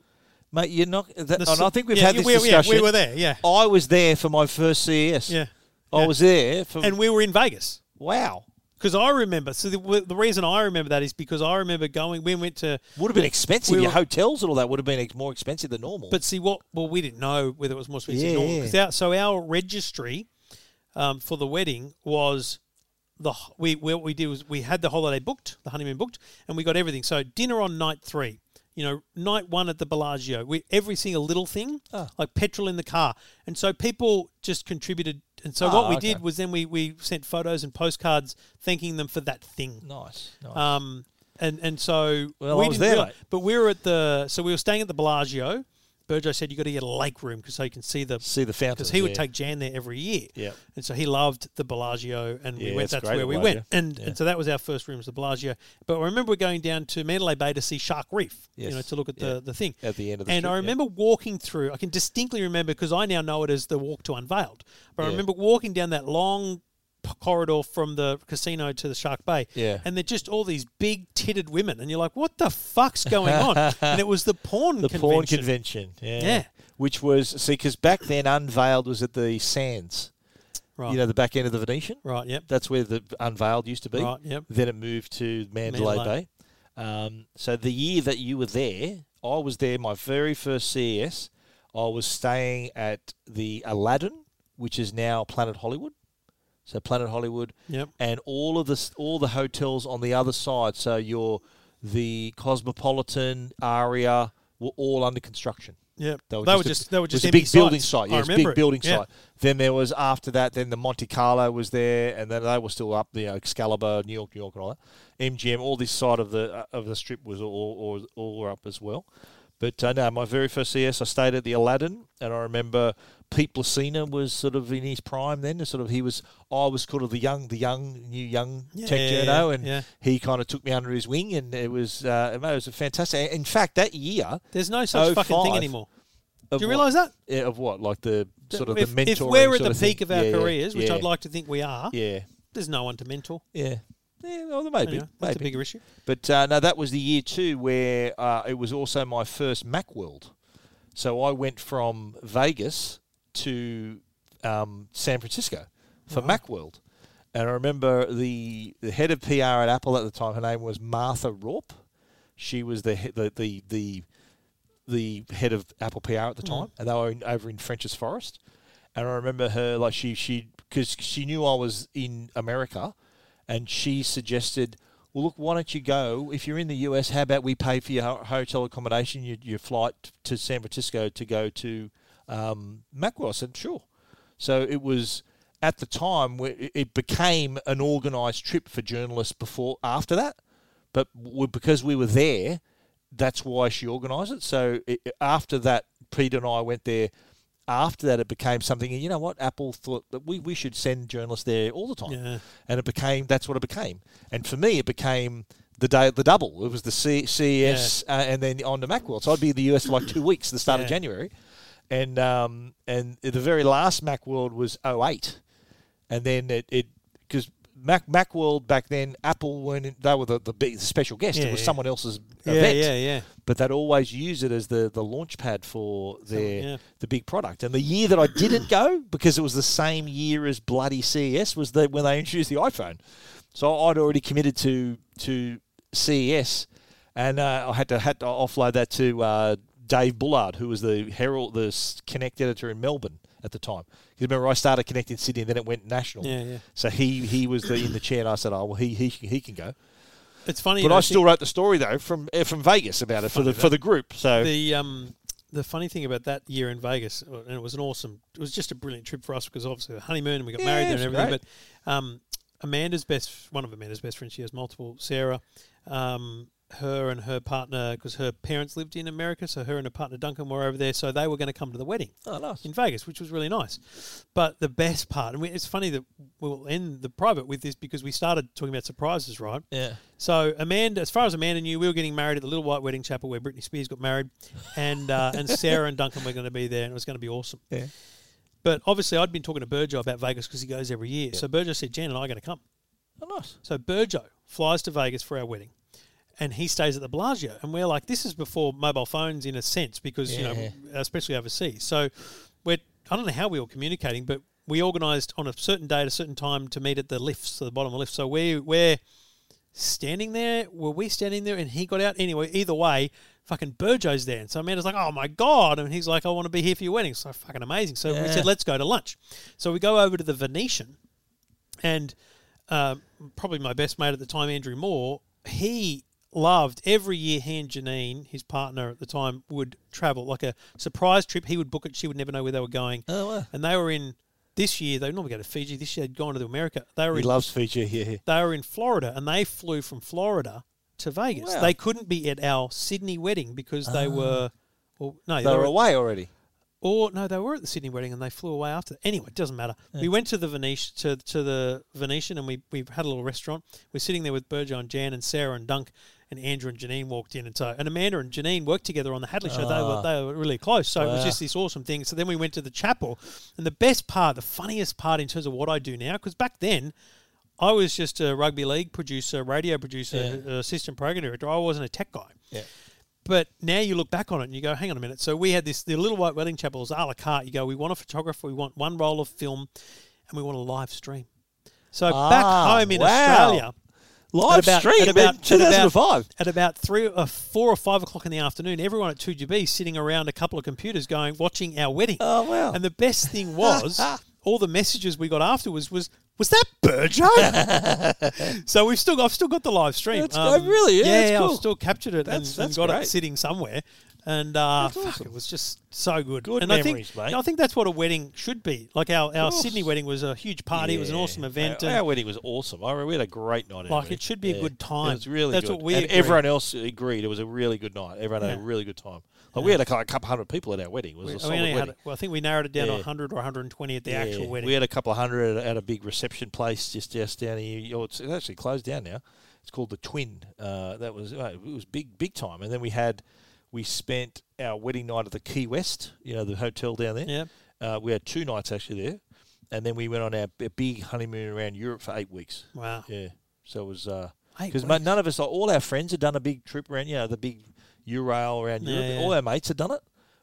Speaker 2: mate. You're not, that,
Speaker 1: The
Speaker 2: and I
Speaker 1: s-
Speaker 2: think we've
Speaker 1: yeah,
Speaker 2: had this
Speaker 1: we, yeah,
Speaker 2: discussion.
Speaker 1: we were there. Yeah.
Speaker 2: I was there for my first CES.
Speaker 1: Yeah.
Speaker 2: I
Speaker 1: yeah.
Speaker 2: was there for
Speaker 1: And we were in Vegas.
Speaker 2: wow.
Speaker 1: Because I remember, so the, the reason I remember that is because I remember going. We went to
Speaker 2: Would have been expensive.
Speaker 1: We
Speaker 2: Your
Speaker 1: were-
Speaker 2: hotels and all that would have been ex- more expensive than normal.
Speaker 1: But see what? Well, we didn't know whether it was more expensive
Speaker 2: Yeah,
Speaker 1: or normal.
Speaker 2: yeah.
Speaker 1: 'Cause Our, so our registry um, for the wedding was the h- we we- what we did was we had the holiday booked, the honeymoon booked, and we got everything. So dinner on night three. You know, night one at the Bellagio, we, every single little thing,
Speaker 2: Ah.
Speaker 1: like petrol in the car, and so people just contributed. And so
Speaker 2: Ah,
Speaker 1: what we
Speaker 2: okay.
Speaker 1: did was then we we sent photos and postcards thanking them for that thing.
Speaker 2: nice. nice.
Speaker 1: Um, and and so
Speaker 2: Well,
Speaker 1: we
Speaker 2: I was
Speaker 1: didn't
Speaker 2: there,
Speaker 1: reali-
Speaker 2: mate.
Speaker 1: but we were at the so we were staying at the Bellagio. Burjo said you got to get a lake room because so you can see the
Speaker 2: See the fountain.
Speaker 1: because he would
Speaker 2: yeah.
Speaker 1: take Jan there every year.
Speaker 2: Yeah.
Speaker 1: and so he loved the Bellagio, and we
Speaker 2: Yeah,
Speaker 1: went.
Speaker 2: it's
Speaker 1: That's
Speaker 2: great,
Speaker 1: where we
Speaker 2: Bellagio.
Speaker 1: went, and and so that was our first room was the Bellagio. But I remember we're going down to Mandalay Bay to see Shark Reef.
Speaker 2: Yes.
Speaker 1: you know to look at the
Speaker 2: Yeah.
Speaker 1: the thing
Speaker 2: at the end of the
Speaker 1: and
Speaker 2: trip,
Speaker 1: I
Speaker 2: yeah.
Speaker 1: remember walking through. I can distinctly remember because I now know it as the walk to Unveiled. But I
Speaker 2: Yeah.
Speaker 1: remember walking down that long p- corridor from the casino to the Shark Bay.
Speaker 2: Yeah.
Speaker 1: And they're just all these big titted women, and you're like, what the fuck's going on? and it was the porn
Speaker 2: the
Speaker 1: convention.
Speaker 2: porn convention. Yeah.
Speaker 1: Yeah.
Speaker 2: Which was see because back then Unveiled was at the Sands.
Speaker 1: Right.
Speaker 2: You know the back end of the Venetian.
Speaker 1: right. Yep.
Speaker 2: That's where the Unveiled used to be.
Speaker 1: Right. Yep.
Speaker 2: Then it moved to Mandalay,
Speaker 1: Mandalay.
Speaker 2: Bay. Um, so the year that you were there, I was there. My very first CES, I was staying at the Aladdin, which is now Planet Hollywood. So Planet Hollywood,
Speaker 1: Yep.
Speaker 2: and all of the s- all the hotels on the other side. So your the Cosmopolitan, Aria were all under construction.
Speaker 1: Yep.
Speaker 2: They
Speaker 1: They
Speaker 2: were
Speaker 1: were
Speaker 2: just a-
Speaker 1: just they were
Speaker 2: It was
Speaker 1: just
Speaker 2: a
Speaker 1: empty
Speaker 2: big building
Speaker 1: sites.
Speaker 2: site.
Speaker 1: I
Speaker 2: Yes,
Speaker 1: remember
Speaker 2: big
Speaker 1: it.
Speaker 2: building
Speaker 1: Yeah.
Speaker 2: site. Then there was after that. Then the Monte Carlo was there, and then they were still up the Excalibur, New York, New York, and all that. MGM, all this side of the uh, of the strip was all all, all up as well. But uh, no, my very first CS, I stayed at the Aladdin, and I remember Pete Placina was sort of in his prime then. and Sort of, he was I was sort of the young, the young, new young
Speaker 1: Yeah,
Speaker 2: tech
Speaker 1: yeah,
Speaker 2: journo,
Speaker 1: yeah,
Speaker 2: and
Speaker 1: yeah.
Speaker 2: he kind of took me under his wing, and it was uh, it was fantastic. In fact, that year,
Speaker 1: There's no such fucking
Speaker 2: 05.
Speaker 1: thing anymore.
Speaker 2: Oh, of
Speaker 1: Do you
Speaker 2: what-
Speaker 1: realise that?
Speaker 2: yeah, eh, of what? Like the sort of
Speaker 1: if,
Speaker 2: the mentoring.
Speaker 1: if we're at
Speaker 2: sort
Speaker 1: the
Speaker 2: of
Speaker 1: peak
Speaker 2: thing.
Speaker 1: of our
Speaker 2: Yeah, yeah,
Speaker 1: careers, which
Speaker 2: yeah,
Speaker 1: I'd like to think we are,
Speaker 2: Yeah,
Speaker 1: there's no one to mentor.
Speaker 2: yeah, yeah. Well, maybe,
Speaker 1: Anyway, that's a
Speaker 2: maybe.
Speaker 1: bigger issue.
Speaker 2: But uh, no, that was the year too where uh, it was also my first MacWorld. So I went from Vegas to um, San Francisco for MacWorld, and I remember the the head of PR at Apple at the time. Her name was Martha Rorp. She was the he- the the, the the head of Apple PR at the
Speaker 1: Hmm.
Speaker 2: time, and they were in, over in French's Forest. And I remember her like she she because she knew I was in America, and she suggested, "Well, look, why don't you go if you're in the US? How about we pay for your ho- hotel accommodation, your, your flight to San Francisco to go to um, Macquarie?" I said, "Sure." So it was at the time where it- it became an organised trip for journalists before after that but we, because we were there, that's why she organised it. So it, after that, Pete and I went there. After that, it became something. And you know what? Apple thought that we, we should send journalists there all the time,
Speaker 1: Yeah.
Speaker 2: and it became that's what it became. And for me, it became the day of the double. It was the C, CES uh, and then on to Macworld. So I'd be in the US for like two weeks, the start of
Speaker 1: Yeah.
Speaker 2: January, and um, and the very last Macworld was 08 and then it it because Mac Macworld back then Apple weren't in, they were the, the big special guest.
Speaker 1: Yeah,
Speaker 2: it was
Speaker 1: yeah.
Speaker 2: someone else's
Speaker 1: Yeah,
Speaker 2: event,
Speaker 1: yeah, yeah.
Speaker 2: but they'd always use it as the the launch pad for their
Speaker 1: yeah.
Speaker 2: the big product. And the year that I didn't go because it was the same year as bloody CES was the, when they introduced the iPhone. So I'd already committed to to CES, and uh, I had to had to offload that to uh, Dave Bullard, who was the Herald, the s- Connect editor in Melbourne at the time. Because remember, I started Connect in Sydney, and then it went national.
Speaker 1: Yeah, yeah.
Speaker 2: So he he was the, in the chair, and I said, "Oh well, he he he can go."
Speaker 1: It's funny.
Speaker 2: But
Speaker 1: though,
Speaker 2: I still wrote the story though from eh, from Vegas about it for the for the group. So
Speaker 1: the um the funny thing about that year in Vegas, uh, and it was an awesome, it was just a brilliant trip for us because obviously the honeymoon and we got
Speaker 2: Yeah,
Speaker 1: married there
Speaker 2: it's
Speaker 1: and everything.
Speaker 2: great.
Speaker 1: But um, Amanda's best, one of Amanda's best friends, she has multiple. Sarah, um, her and her partner, because her parents lived in America, so her and her partner Duncan were over there, so they were going to come to the wedding
Speaker 2: oh, nice.
Speaker 1: in Vegas, which was really nice. But the best part, and we, it's funny that we'll end the private with this because we started talking about surprises, right?
Speaker 2: yeah.
Speaker 1: So Amanda, as far as Amanda knew, we were getting married at the Little White Wedding Chapel where Britney Spears got married, and uh, and Sarah and Duncan were going to be there, and it was going to be awesome.
Speaker 2: Yeah.
Speaker 1: But obviously, I'd been talking to Burjo about Vegas because he goes every year. So Burjo said, "Jan and I are going to come."
Speaker 2: Oh, nice.
Speaker 1: So Burjo flies to Vegas for our wedding, and he stays at the Bellagio. And we're like, this is before mobile phones, in a sense, because
Speaker 2: Yeah.
Speaker 1: you know, especially overseas. So we're I don't know how we were communicating, but we organised on a certain day at a certain time to meet at the lifts, so the bottom of the lift. So we we're standing there. Were we standing there? And he got out anyway. Either way. Fucking Burjo's there, and so Amanda's like, "Oh my god!" And he's like, "I want to be here for your wedding." So fucking amazing. So we
Speaker 2: Yeah.
Speaker 1: said, "Let's go to lunch." So we go over to the Venetian, and um, probably my best mate at the time, Andrew Moore, he loved every year. He and Janine, his partner at the time, would travel like a surprise trip. He would book it. She would never know where they were going.
Speaker 2: Oh, wow.
Speaker 1: And they were in this year. They normally go to Fiji. This year they'd gone to America. They were
Speaker 2: He
Speaker 1: in,
Speaker 2: loves feature. Yeah, yeah.
Speaker 1: they were in Florida, and they flew from Florida to Vegas.
Speaker 2: Wow. Ah.
Speaker 1: They couldn't be at our Sydney wedding because they were. Well, no,
Speaker 2: They were away already.
Speaker 1: or no, they were at the Sydney wedding and they flew away after. That. Anyway, it doesn't matter. We went to the Venetian to, to the Venetian and we we had a little restaurant. We're sitting there with Burjo and Jan and Sarah and Dunk, and Andrew and Janine walked in, and so and Amanda and Janine worked together on the Hadley show. They were they were really close, so it was
Speaker 2: Ah. Wow.
Speaker 1: just this awesome thing. So then we went to the chapel, and the best part, the funniest part in terms of what I do now, because back then. I was just a rugby league producer, radio producer,
Speaker 2: Yeah.
Speaker 1: assistant program director. I wasn't a tech guy.
Speaker 2: Yeah.
Speaker 1: But now you look back on it and you go, hang on a minute. So we had this, the Little White Wedding Chapel was a la carte. You go, we want a photographer, we want one roll of film, and we want a live stream. So back
Speaker 2: Ah,
Speaker 1: home in
Speaker 2: wow.
Speaker 1: Australia,
Speaker 2: Live
Speaker 1: about-
Speaker 2: stream
Speaker 1: at about-
Speaker 2: in
Speaker 1: at about-
Speaker 2: 2005.
Speaker 1: at about three, uh, four or five o'clock in the afternoon, everyone at 2GB sitting around a couple of computers going, watching our wedding.
Speaker 2: Oh, wow.
Speaker 1: And the best thing was, all the messages we got afterwards was, was that Burjo? so we've still, got- I've still got the live stream. Um,
Speaker 2: That's- oh, really? Yeah, that's
Speaker 1: I've
Speaker 2: cool.
Speaker 1: still captured it and,
Speaker 2: That's-
Speaker 1: and
Speaker 2: that's
Speaker 1: got it
Speaker 2: great.
Speaker 1: sitting somewhere. And uh, fuck, it was just so good.
Speaker 2: Good
Speaker 1: and I
Speaker 2: memories,
Speaker 1: think,
Speaker 2: mate.
Speaker 1: I think that's what a wedding should be. Like our, our
Speaker 2: course.
Speaker 1: Sydney wedding was a huge party. It was an
Speaker 2: Yeah.
Speaker 1: awesome event.
Speaker 2: Our,
Speaker 1: and-
Speaker 2: our wedding was awesome. I re- we had a great night.
Speaker 1: Like,
Speaker 2: at our wedding.
Speaker 1: it should be a good time.
Speaker 2: It was really
Speaker 1: That's
Speaker 2: good.
Speaker 1: what we
Speaker 2: and
Speaker 1: agreed.
Speaker 2: everyone else agreed. It was a really good night. Everyone had a
Speaker 1: Yeah.
Speaker 2: really good time. Like we had a, cou- a couple hundred people at our wedding. It was
Speaker 1: we-
Speaker 2: a
Speaker 1: we
Speaker 2: solid
Speaker 1: only
Speaker 2: wedding.
Speaker 1: had, well, I think we narrowed it down to
Speaker 2: Yeah.
Speaker 1: 100 or 120 at the actual
Speaker 2: Yeah.
Speaker 1: wedding.
Speaker 2: We had a couple of hundred at, at a big reception place just just down here. Oh, it's, it's actually closed down now. It's called the Twin. Uh, that was uh, it was big big time. And then we had we spent our wedding night at the Key West. You know the hotel down there.
Speaker 1: Yeah.
Speaker 2: Uh, we had two nights actually there, and then we went on our b- big honeymoon around Europe for eight weeks.
Speaker 1: Wow.
Speaker 2: Yeah. So it was
Speaker 1: Eight
Speaker 2: because
Speaker 1: weeks.
Speaker 2: none of us, like, all our friends had done a big trip around, you know, the big Eurail around
Speaker 1: Yeah,
Speaker 2: Europe.
Speaker 1: yeah.
Speaker 2: All our mates had done it.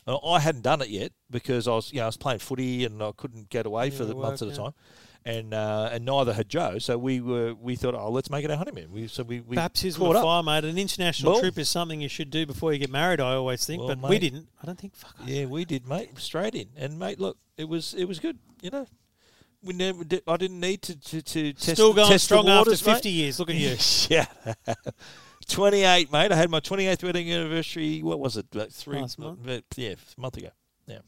Speaker 2: Uh, I hadn't done it yet because I was, you know, I was playing footy and I couldn't get away for
Speaker 1: Yeah,
Speaker 2: the
Speaker 1: work,
Speaker 2: months at a
Speaker 1: yeah.
Speaker 2: time, and uh, and neither had Joe. So we were we thought, oh, let's make it our honeymoon. We so we, we
Speaker 1: Baptism
Speaker 2: caught
Speaker 1: of
Speaker 2: up.
Speaker 1: fire, mate. An international
Speaker 2: Well-
Speaker 1: trip is something you should do before you get married, I always think.
Speaker 2: Well,
Speaker 1: but we
Speaker 2: mate.
Speaker 1: didn't. I don't think. Fuck.
Speaker 2: Yeah, we did, mate. Straight in, and mate, look, it was it was good. You know, we never. Did, I didn't need to to, to test
Speaker 1: Still going
Speaker 2: test the
Speaker 1: strong after
Speaker 2: waters, mate.
Speaker 1: 50 years. Look at you.
Speaker 2: Yeah. 28, mate. I had my 28th wedding anniversary. What was it? Like three
Speaker 1: Last month?
Speaker 2: uh, Yeah, a month ago. Yeah.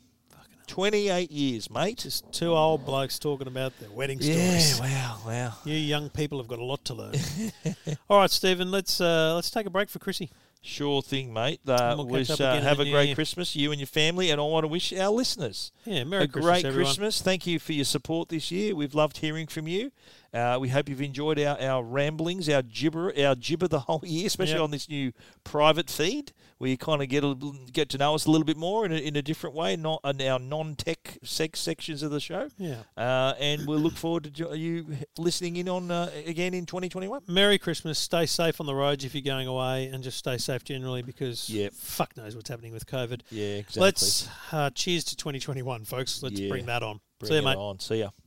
Speaker 2: 28 years, mate.
Speaker 1: Just two old blokes talking about their wedding
Speaker 2: yeah,
Speaker 1: stories.
Speaker 2: wow, wow.
Speaker 1: You young people have got a lot to learn. All right, Stephen, let's uh, let's take a break for Chrissy.
Speaker 2: Sure thing, mate. Uh,
Speaker 1: And we'll catch
Speaker 2: was,
Speaker 1: up
Speaker 2: uh,
Speaker 1: again in
Speaker 2: have
Speaker 1: the
Speaker 2: a
Speaker 1: new
Speaker 2: great
Speaker 1: year.
Speaker 2: Christmas, you and your family, and I want to wish our listeners
Speaker 1: Yeah, Merry
Speaker 2: a
Speaker 1: Christmas,
Speaker 2: great
Speaker 1: everyone.
Speaker 2: Christmas. Thank you for your support this year. We've loved hearing from you. Uh, we hope you've enjoyed our, our ramblings, our gibber, our gibber the whole year, especially
Speaker 1: Yep.
Speaker 2: on this new private feed where you kind of get a, little- get to know us a little bit more in a, in a different way, not in our non-tech sex sections of the show.
Speaker 1: Yeah.
Speaker 2: Uh, and we'll look forward to jo- you listening in on uh, again in 2021.
Speaker 1: Merry Christmas. Stay safe on the roads if you're going away, and just stay safe generally because
Speaker 2: Yep.
Speaker 1: fuck knows what's happening with COVID.
Speaker 2: Yeah, exactly.
Speaker 1: Let's uh, cheers to 2021, folks. Let's
Speaker 2: Yeah.
Speaker 1: bring that on.
Speaker 2: Bring
Speaker 1: See you,
Speaker 2: it
Speaker 1: mate.
Speaker 2: on. See ya.